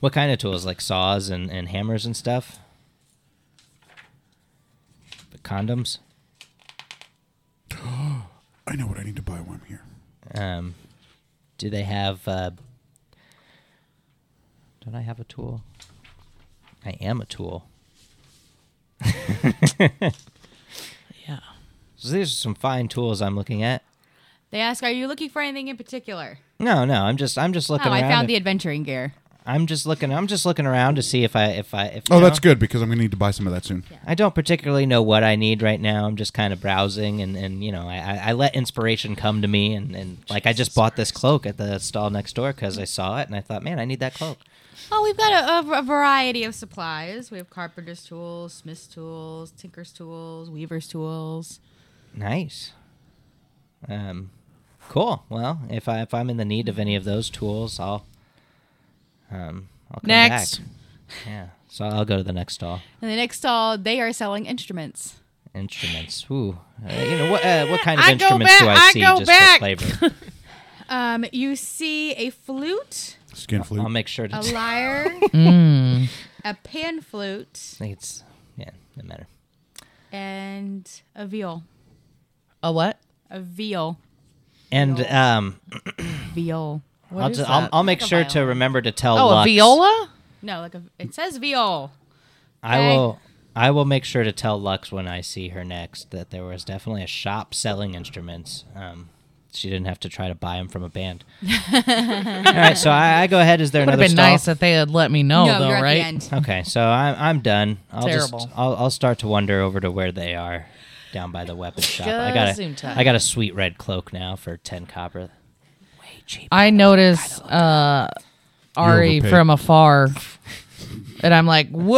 What kind of tools? Like saws and, and hammers and stuff. Condoms. I know what I need to buy when I'm here. Um, do they have? Uh, don't I have a tool? I am a tool. Yeah. So these are some fine tools I'm looking at. They ask, "Are you looking for anything in particular?" No, no, I'm just I'm just looking Oh, I around. found the if- adventuring gear. I'm just looking I'm just looking around to see if I if I if Oh, you that's know, good because I'm gonna need to buy some of that soon. I don't particularly know what I need right now. I'm just kind of browsing and and you know I I, I let inspiration come to me and and like I just bought this cloak at the stall next door because I saw it and I thought man I need that cloak. Oh, we've got a, a, a variety of supplies. We have carpenter's tools, smith's tools, tinker's tools, weaver's tools. Nice. Um, cool. Well, if I if I'm in the need of any of those tools, I'll um I'll come Next. back. Yeah. So I'll go to the next stall. In the next stall, they are selling instruments. Instruments. Ooh. Uh, you know what? Uh, what kind of I go instruments do back, I I see go just back. for flavor? Um, you see a flute, Skin flute. I'll make sure to. a T- lyre, Hmm. a pan flute, it's yeah, no matter. and a viol. A what? A viol. And um, Viol. What I'll is just I'll, that? I'll make Like a sure to violin. remember to tell. oh, a Lux. viola. No, like a, it says viol. I Okay. will. I will make sure to tell Lux when I see her next that there was definitely a shop selling instruments. Um, she didn't have to try to buy them from a band. All right, so I, I go ahead. Is there Would have another been stall? nice if they had let me know no, Oh, though, you're right? at the end. Okay, so I'm I'm done. I'll Terrible. just I'll, I'll start to wander over to where they are, down by the weapon shop. I got a, Gesundheit. I got a sweet red cloak now for ten copper. Way cheap. I notice uh, Ari overpaid. from afar, and I'm like, gold or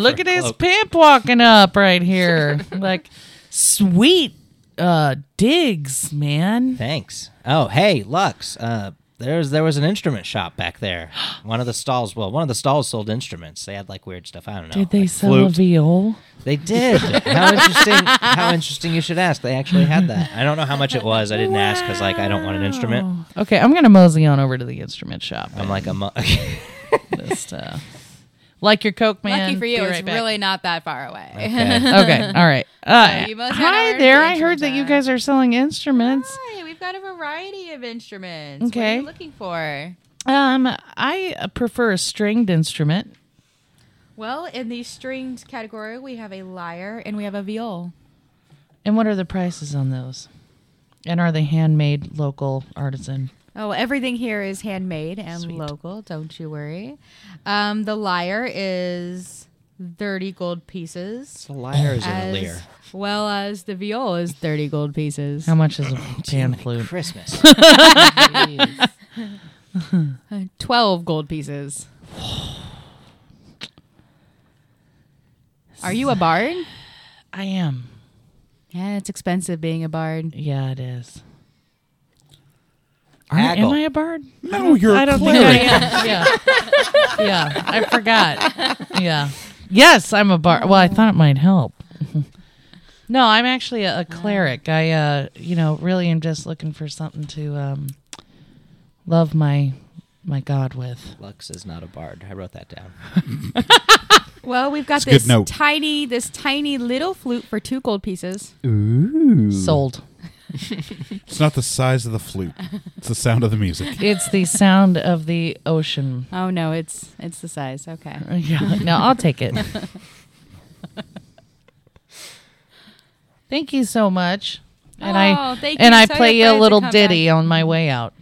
something Look for at a this cloak." pimp walking up right here!" like, sweet uh, digs, man. Thanks. Oh, hey, Lux. Uh, there's there was an instrument shop back there. One of the stalls. Well, one of the stalls sold instruments. They had like weird stuff. I don't know. Did they like sell a flute. viol? They did. how interesting. How interesting. You should ask. They actually had that. I don't know how much it was. I didn't ask because like I don't want an instrument. Oh, okay, I'm gonna mosey on over to the instrument shop. I'm like a. Mu- Just, uh, like your coke, man. Lucky for you, Be it's right back. really not that far away. okay. okay. All right. Uh, So you mosey on over hi to there. the I heard that you instrument guys are selling instruments. Hi, we've got a variety of instruments. What are Okay. you looking for? Um, I uh, prefer a stringed instrument. Well, in the stringed category, we have a lyre and we have a viol. And what are the prices on those? And are they handmade, local, artisan? Oh, everything here is handmade and local. Don't you worry. Um, the lyre is thirty gold pieces, The lyre is in a as leer. well as the viol is thirty gold pieces. How much is a pan flute? Christmas. Uh, Twelve gold pieces. Are you a bard? I am. Yeah, it's expensive being a bard. Yeah, it is. Are, Haggle. am I a bird? no, you're I a don't think I cleric. am. Yeah. yeah. I forgot. Yeah. Yes, I'm a bar. Well, I thought it might help. no, I'm actually a, a cleric. I, uh, you know, really am just looking for something to um, love my my God with. Lux is not a bard. I wrote that down. Well, we've got It's a good this note. tiny, this tiny little flute for two gold pieces. Sold. It's not the size of the flute. It's the sound of the music. It's the sound of the ocean. Oh no, it's it's the size. Okay. Yeah, no, I'll take it. thank you so much. And Oh, I thank and you. I Tell play your you a friends to little come ditty on my way out.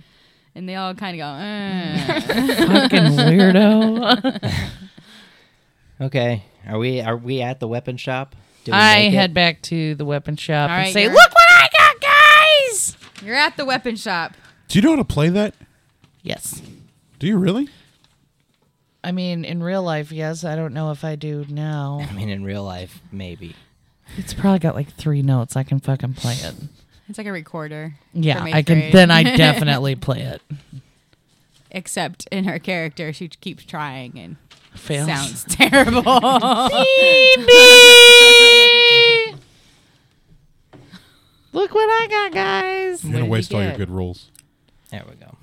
And they all kind of go. "Uh." Fucking weirdo. Okay. Are we are we at the weapon shop? Did we I make it? head back to the weapon shop All and right, say, you're- "Look what I got, guys!" You're at the weapon shop. Do you know how to play that? Yes. Do you really? I mean, in real life, yes. I don't know if I do now. I mean, in real life, maybe. It's probably got like three notes. I can fucking play it. It's like a recorder. Yeah, from eighth I can. grade. Then I definitely play it. Except in her character, she keeps trying and Fails. sounds terrible. Look what I got, guys. You're What gonna did waste you all your get? good rolls. There we go.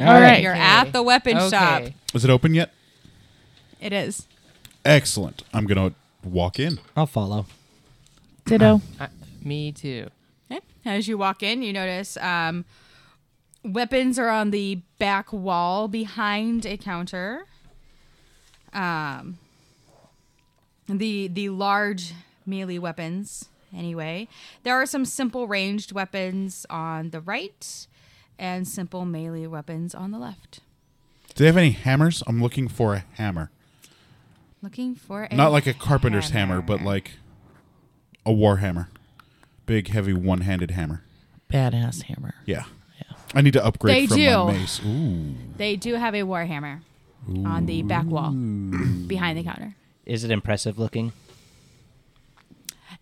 All right. You're at the weapon shop. Okay. Is it open yet? It is. Excellent. I'm gonna walk in. I'll follow. Ditto. I- me too. Okay. As you walk in, you notice um, weapons are on the back wall behind a counter. Um, the the large melee weapons. Anyway, there are some simple ranged weapons on the right, and simple melee weapons on the left. Do they have any hammers? I'm looking for a hammer. Looking for a Not like a carpenter's hammer, but like a war hammer. Big, heavy, one-handed hammer. Badass hammer. Yeah. I need to upgrade They from do. my mace. Ooh. they do have a warhammer on the back wall behind the counter. Is it impressive looking?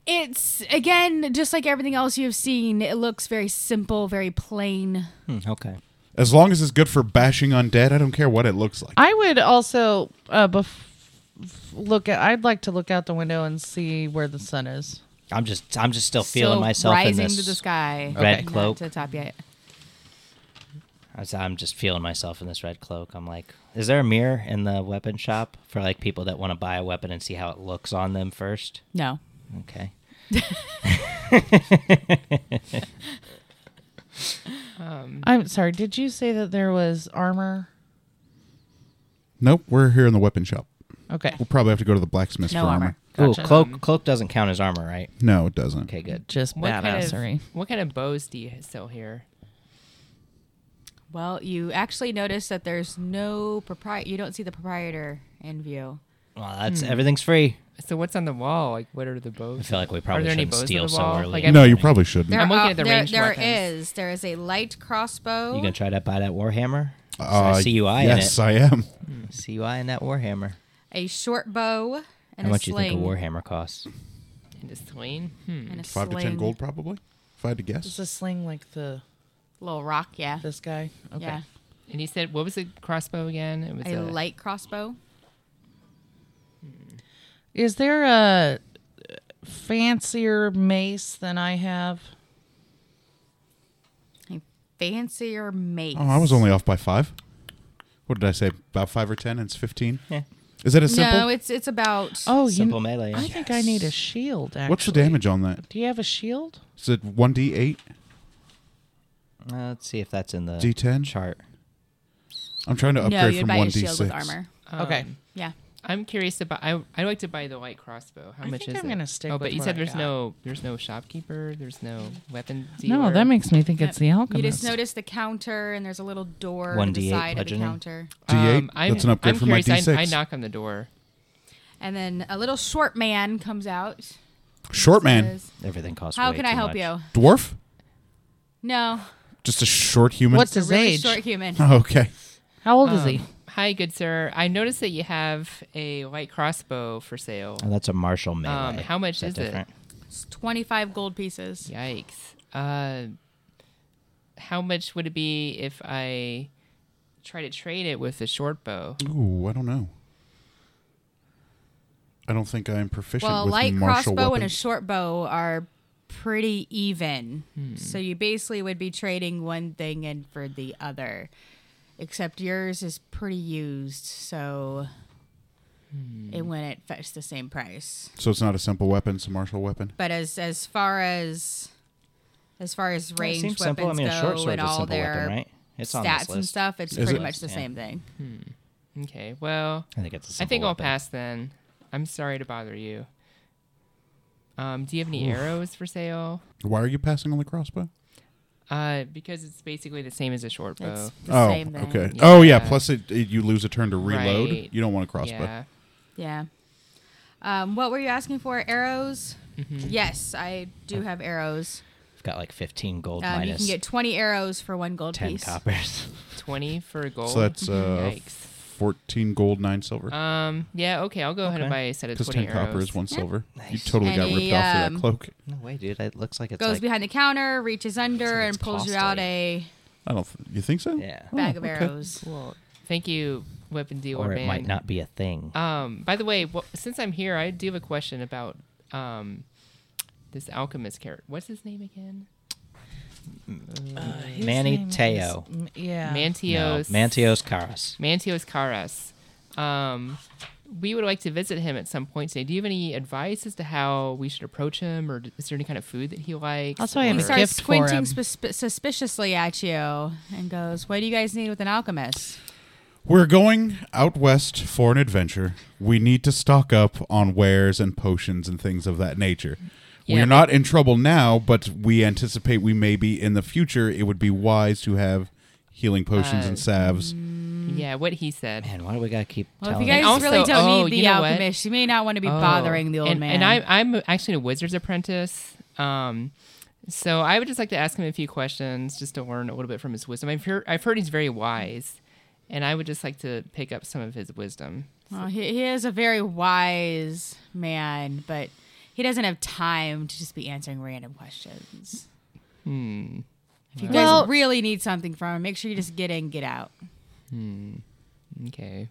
It's again just like everything else you've seen. It looks very simple, very plain. Hmm, okay. As long as it's good for bashing undead, I don't care what it looks like. I would also uh, bef- look at. I'd like to look out the window and see where the sun is. I'm just I'm just still feeling Still myself in rising this to the sky. red Not cloak. to the top yet. I was- I'm just feeling myself in this red cloak. I'm like, is there a mirror in the weapon shop for like people that want to buy a weapon and see how it looks on them first? No. Okay. Mm-hmm. I'm sorry. Did you say that there was armor? Nope, we're here in the weapon shop. Okay. We'll probably have to go to the blacksmith No for armor. armor. Gotcha. Ooh, cloak cloak doesn't count as armor, right? No, it doesn't. Okay, good. Just What kind, of, badassery. what kind of bows do you sell here? Well, you actually notice that there's no proprietor. You don't see the proprietor in view. Well, that's everything's free. So what's on the wall? Like, what are the bows? I feel like we Are probably there any shouldn't bows on steal the so wall? early. Like, in I'm- the No, you morning. probably shouldn't. I'm looking are- at the there, ranged there weapons. is. There is a light crossbow. You gonna try to buy that warhammer? Uh, I see you eyeing Yes, I am. it. See you eyeing that warhammer. a short bow and How a much you sling. think a warhammer costs? And a sling? Hmm. and a Five to ten sling. gold, probably. If I had to Is guess. a sling like the Little rock, yeah. this guy? Okay. Yeah. And he said, what was the crossbow again? It was A light crossbow. Is there a fancier mace than I have? A fancier mace. Oh, I was only off by five. What did I say? About five or ten? And it's fifteen. Yeah. Is that a simple? No, it's it's about Oh, Simple you. melee. I think I need a shield. Actually. What's the damage on that? Do you have a shield? Is it one d eight? Uh, let's see if that's in the D10? chart. I'm trying to upgrade no. You'd from buy one a d shield six. with armor. okay. Yeah. I'm curious about. I I like to buy the light crossbow. How I much think is I'm it? gonna stick oh, but with you what said I there's got. no there's no shopkeeper. There's no weapon dealer. No, that makes me think it's the alchemist. You just notice the counter, and there's a little door on the 1d8 side of the bludgeoning. counter, D eight. Um, I'm, That's an upgrade I'm from my d curious. six. I, I knock on the door. and then a little short man comes out. Short man, Says, Everything costs. How way can too I help much. you? dwarf, No, just a short human. Oh, What's a his really age? short human. Okay. How old is he? Um, Hi, good sir. I noticed that you have a light crossbow for sale. Oh, that's a martial melee. Um, how much that is it? different? It's Twenty-five gold pieces. Yikes. Uh, how much would it be if I try to trade it with the short bow? Ooh, I don't know. I don't think I am proficient Well, a with light martial crossbow and a weapons. short bow are pretty even, Hmm. so you basically would be trading one thing in for the other. Except yours is pretty used, so Hmm. it when it fetched the same price. So it's not a simple weapon; it's a martial weapon. But as as far as as far as Well, it ranged seems weapons simple. I mean, go a short and sword's a all simple their weapon, right? It's on this stats and list. stuff, it's Is pretty it? much the Yeah. same thing. Okay, well, I think it's a I simple think I'll weapon. pass then. I'm sorry to bother you. Um, do you have any arrows for sale? Why are you passing on the crossbow? Uh, because it's basically the same as a short bow. It's the oh, same thing. okay. Yeah. Oh, yeah. Plus, it, it- you lose a turn to reload. Right. You don't want a crossbow. Yeah. Yeah. Um, what were you asking for? Arrows? Mm-hmm. Yes, I do have arrows. I've got like 15 gold Um, you minus can get 20 arrows for one gold 10 piece. coppers. 20 for gold. So that's uh, Yikes. fourteen gold, nine Oh, silver. Um, yeah, okay, I'll go ahead and Okay. buy a set of Because 20 ten arrows. copper is one silver. You Nice. totally got And ripped he, off for that um, cloak. no way, dude. It looks like it's Goes like behind the counter, reaches under, like and it's pulls you out costly. a I don't. Th- you think so? Yeah. bag Oh, of okay. arrows. Well, thank you, weapon dealer or it man. might not be a thing. Uh, Um, by the way, wh- since I'm here, I do have a question about um, this alchemist character. What's his name again? His Manny name is- Teo. m- yeah. Uh, No, Mantios. Mantios Karas. Mantios Caras. Um, we would like to visit him at some point today. Do you have any advice as to how we should approach him, or is there any kind of food that he likes? Also, I have He a or- Sorry. starts gift for squinting him. susp- suspiciously at you and goes, What do you guys need with an alchemist? We're going out west for an adventure. We need to stock up on wares and potions and things of that nature. Yeah. We're not in trouble now, but we anticipate we may be in the future. It would be wise to have healing potions Uh, and salves. mm. yeah, what he said. Man, why do we gotta keep Well, if telling you guys it? also- really don't oh, need the you know what? alchemist, you may not want to be Oh. bothering the old and, man. And I, I'm actually a wizard's apprentice. Um, so I would just like to ask him a few questions just to learn a little bit from his wisdom. I've heard, I've heard he's very wise, and I would just like to pick up some of his wisdom. Well, he, he is a very wise man, but he doesn't have time to just be answering random questions. Hmm. If you guys Well- really need something from him, make sure you just get in, get out. Okay.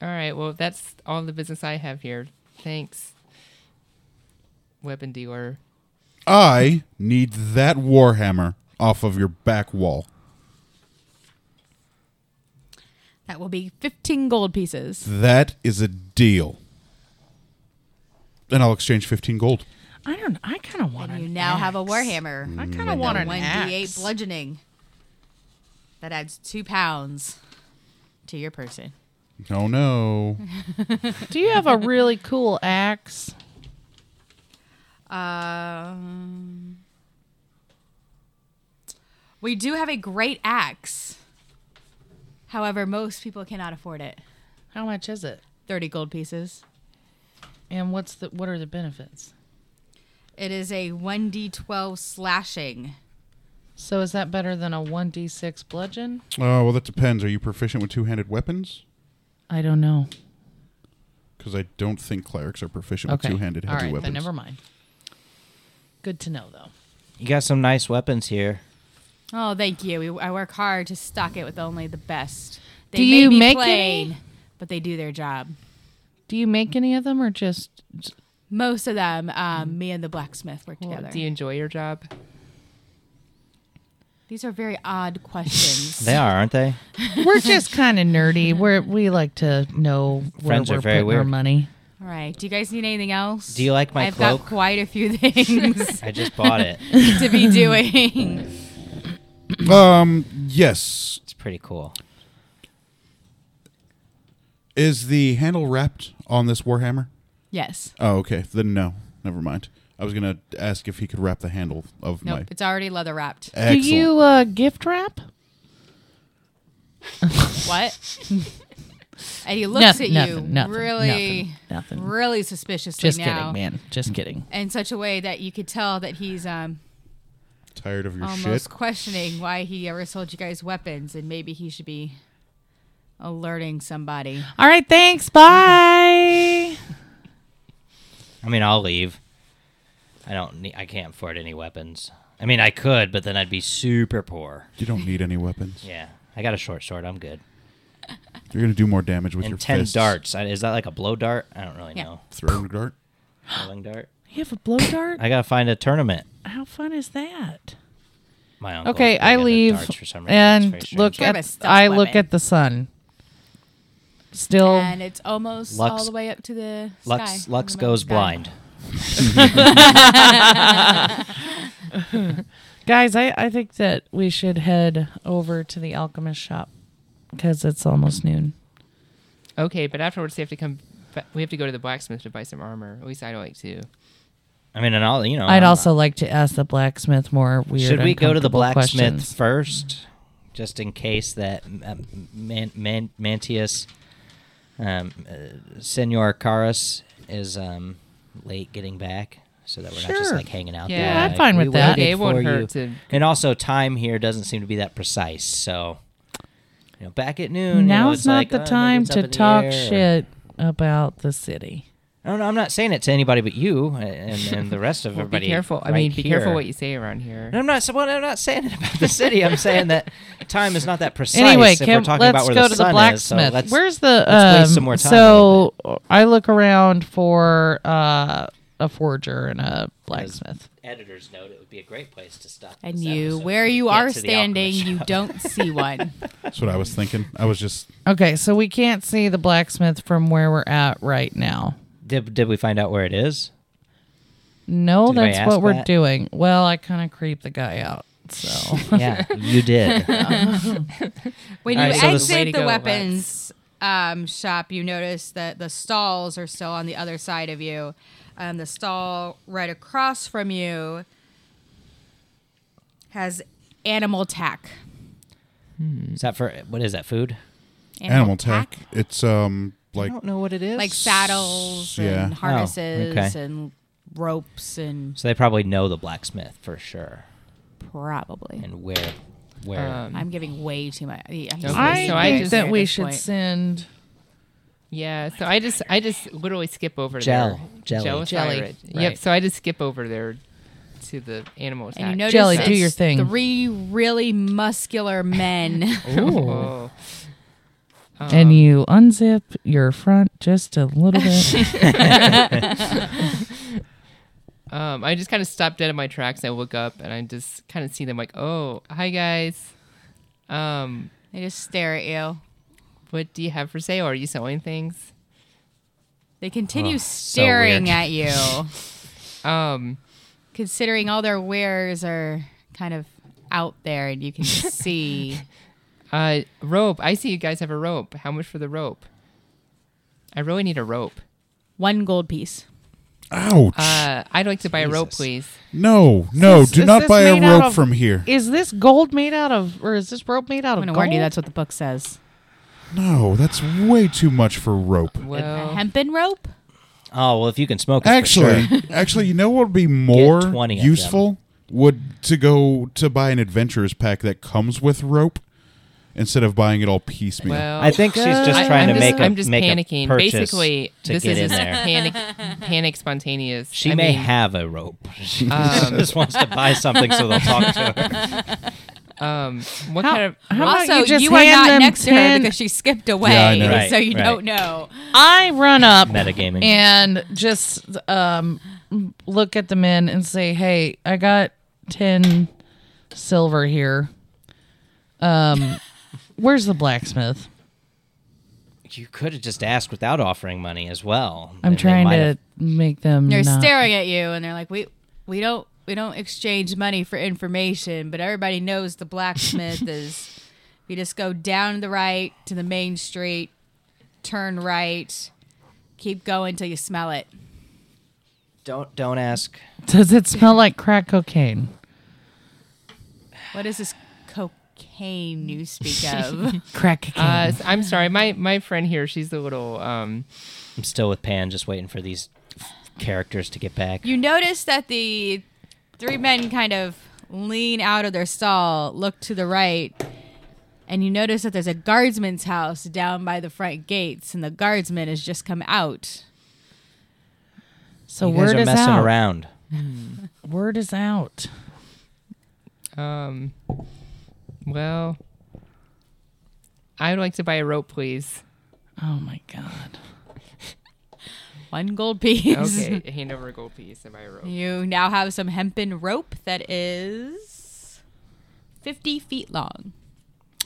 All right. Well, that's all the business I have here. Thanks, weapon dealer. I need that warhammer off of your back wall. That will be 15 gold pieces. That is a deal. And I'll exchange 15 gold. I don't. I kind of want. And you an now have a axe. warhammer. I kind of want an axe. 1d8 bludgeoning. That adds two pounds to your person. Oh no. Mm-hmm. Do you have a really cool axe? Um, we do have a great axe. However, most people cannot afford it. How much is it? 30 gold pieces. And what's the? What are the benefits? It is a 1d12 slashing. So is that better than a one d six bludgeon? Oh, well, that depends. Are you proficient with two handed weapons? I don't know. Because I don't think clerics are proficient Okay. with two handed All heavy right, weapons. then never mind. Good to know though. You got some nice weapons here. Oh, thank you. We, I work hard to stock it with only the best. They Do may you be make plain, any? but they do their job. Do you make any of them or just? Most of them, um, me and the blacksmith work Well, together. do you enjoy your job? These are very odd questions. They are, aren't they? We're just kind of nerdy. We're we like to know where Friends are we're very putting our weird. money. All right. Do you guys need anything else? Do you like my I've cloak? got quite a few things I just bought it. to be doing. Um, yes. It's pretty cool. Is the handle wrapped on this Warhammer? yes. Oh, okay. Then no. Never mind. I was going to ask if he could wrap the handle of Nope. my. It's already leather wrapped. Excellent. Do you uh, gift wrap? What? and he looks Noth- at you really, nothing, nothing. really suspiciously Just now, kidding, man. Just kidding. in such a way that you could tell that he's um, Tired of your almost shit? questioning why he ever sold you guys weapons, and maybe he should be alerting somebody. All right, thanks. Bye. I mean, I'll leave. I don't. Need, I can't afford any weapons. I mean, I could, but then I'd be super poor. You don't need any weapons. Yeah, I got a short sword. I'm good. You're going to do more damage with your and ten fists. darts. I, is that like a blow dart? I don't really Yeah. know. Throwing a dart? Throwing dart. You have a blow dart? I gotta find a tournament. How fun is that? My uncle. Okay, I leave and look Sure, at but it's I still a look weapon. at the sun. Still, and it's almost all Lux- the way up to the sky. Lux Lux the mountain goes sky. blind. guys, I, I think that we should head over to the alchemist shop because it's almost noon. Okay, but afterwards they have to come. ba- We have to go to the blacksmith to buy some armor. At least I'd like to. I mean, and all you know. I'd I'm- also like to ask the blacksmith more weird. should we go to the uncomfortable blacksmith questions. first, just in case that um, Man- Man- Mantius, um, uh, Senor Carus is um, late getting back, so that we're not just Sure. like hanging out. Yeah. there. Yeah, I'm like, fine we with that. waited It won't for you. hurt to- And also, time here doesn't seem to be that precise, so. You know, back at noon. you know, Now's it's not like, the oh, maybe time it's up to in the talk air, or- shit about the city. I don't know. I'm not saying it to anybody but you and, and the rest of Well, everybody. be careful. I right mean, be careful here. what you say around here. And I'm not. Well, I'm not saying it about the city. I'm saying that time is not that precise. anyway, if can, we're talking let's about where go the to sun the blacksmith. Is, so let's, Where's the? let's waste um, some more time So I look around for uh, a forger and a blacksmith. editor's note? It would be a great place to stop. And you, where you are standing, you don't see one. That's what I was thinking. I was just Okay, so we can't see the blacksmith from where we're at right now. Did, did we find out where it is? No, Did anybody that's what ask we're that? doing. Well, I kind of creep the guy out. So Yeah, you did. Um, When All you right, so Way the- to exit the, go, weapons um, shop, you notice that the stalls are still on the other side of you. Um, the stall right across from you has animal tack. is that for what is that food? animal, tech. It's um like I don't know what it is. Like saddles Yeah. and Oh, harnesses okay. and ropes and so they probably know the blacksmith for sure, Probably. and where where Um, I'm giving way too much. yeah, I'm Okay, just I so way I think too just- that much we at this should point. send. Yeah, so I just I just literally skip over Gel. there. Jelly. is Jelly. pirate. Right. Yep. So I just skip over there to the animal attack. and you notice Jelly, do it's your thing. Three really muscular men. Oh. and you unzip your front just a little bit. Um, I just kind of stopped dead in my tracks. I look up and I just kind of see them like, oh, hi guys. Um, they just stare at you. what do you have for sale? Are you selling things? They continue Oh, so weird. staring at you. Um, considering all their wares are kind of out there and you can just see. uh, rope. I see you guys have a rope. How much for the rope? I really need a rope. One gold piece. ouch. Uh, I'd like to buy a rope, Jesus. please. no, no, Is- do is not this buy a made out rope of- from here. is this gold made out of, or is this rope made out I'm of going to gold? warn you, that's what the book says. no, that's way too much for rope. A Well, hempen rope? Oh well, if you can smoke, it for Actually, sure. actually, you know what would be more 20 of them. useful would to go to buy an adventurer's pack that comes with rope instead of buying it all piecemeal. well. I think she's just I- trying I'm to just, make a I'm just make a panicking. purchase Basically, to this get is in just there. panic, panic, spontaneous. She I may mean, have a rope. She um, just wants to buy something so they'll talk to her. Um, what How- kind of? how about also, you just you, are hand not them next to her 10 because she skipped away, know. Right, so you right. don't know. I run up Metagaming. and just um, look at the men and say, "Hey, I got ten silver here. Um, where's the blacksmith? you could have just asked without offering money as well. I'm And they trying might to have- make them. They're not- staring at you and they're like, "We we don't we don't exchange money for information, but everybody knows the blacksmith is we just go down the right to the main street, turn right, keep going till you smell it." Don't don't ask. Does it smell like crack cocaine? What is this cocaine you speak of? Crack cocaine. Uh, s- I'm sorry, my my friend here, she's a little. Um, I'm still with Pan, just waiting for these characters to get back. you notice that the three men kind of lean out of their stall, look to the right, and you notice that there's a guardsman's house down by the front gates, and the guardsman has just come out. so You guys word are is messing out. around. Word is out. um, well, I would like to buy a rope, please. Oh my god. One gold piece. Okay, hand over a gold piece and buy a rope. You now have some hempen rope that is 50 feet long.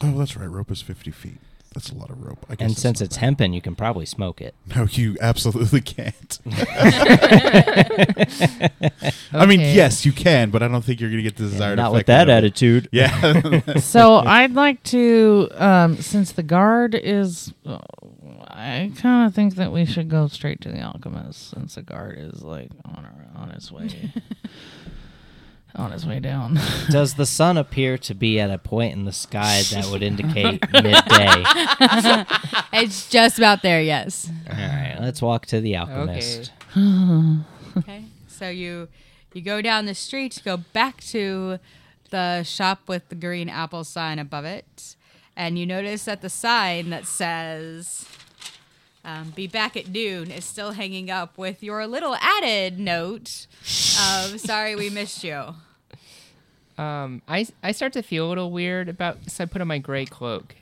oh, that's right. Rope is 50 feet. That's a lot of rope. I guess And that's since not it's bad. hempen, you can probably smoke it. no, you absolutely can't. I mean, Okay. yes, you can, but I don't think you're going to get the desired. Not with effect out that of it. attitude. Yeah, So uh, I'd like to, um, since the guard is, I kind of think that we should go straight to the alchemist, since the guard is like on our, on his way, on his way down. Does the sun appear to be at a point in the sky that would indicate midday? It's just about there, yes. All right, let's walk to the alchemist. Okay. Okay. So you you go down the street, go back to the shop with the green apple sign above it, and you notice that the sign that says um, "Be back at noon" is still hanging up with your little added note of "Sorry we missed you." Um, I I start to feel a little weird about. So I put on my gray cloak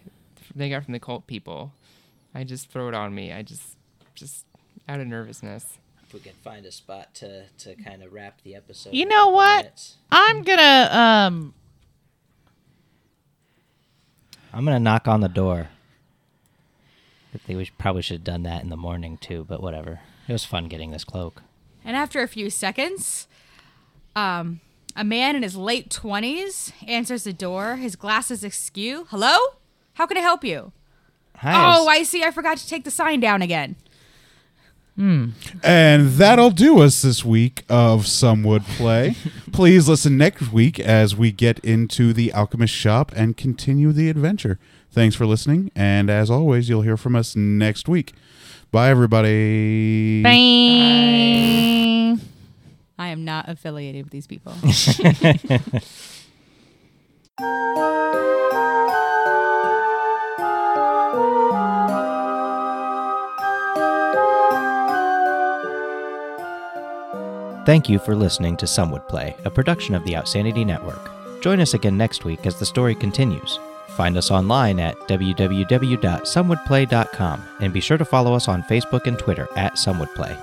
they got from the cult people. I just throw it on me. I just just out of nervousness. If we can find a spot to, to kind of wrap the episode. You know what? I'm gonna, um, I'm gonna knock on the door. I think we should- probably should have done that in the morning too, but whatever. It was fun getting this cloak. And after a few seconds, um, a man in his late 20s answers the door, his glasses askew. Hello? How can I help you? Hi, Oh, I see. I forgot to take the sign down again. And that'll do us this week of Some Would Play. Please listen next week as we get into the Alchemist Shop and continue the adventure. Thanks for listening. And as always, you'll hear from us next week. Bye, everybody. Mm. bang. I am not affiliated with these people. Thank you for listening to Some Would Play, a production of the Outsanity Network. Join us again next week as the story continues. Find us online at www.somewouldplay.com and be sure to follow us on Facebook and Twitter at Some Would Play.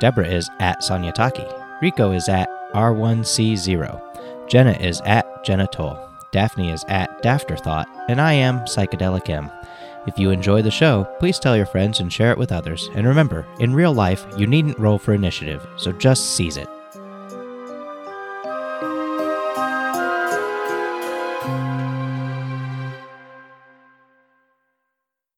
Deborah is at Sonyataki. Rico is at R1C0. Jenna is at Jenna Toll. Daphne is at Dafterthought. And I am Psychedelic M. If you enjoy the show, please tell your friends and share it with others. And remember, in real life, you needn't roll for initiative, so just seize it.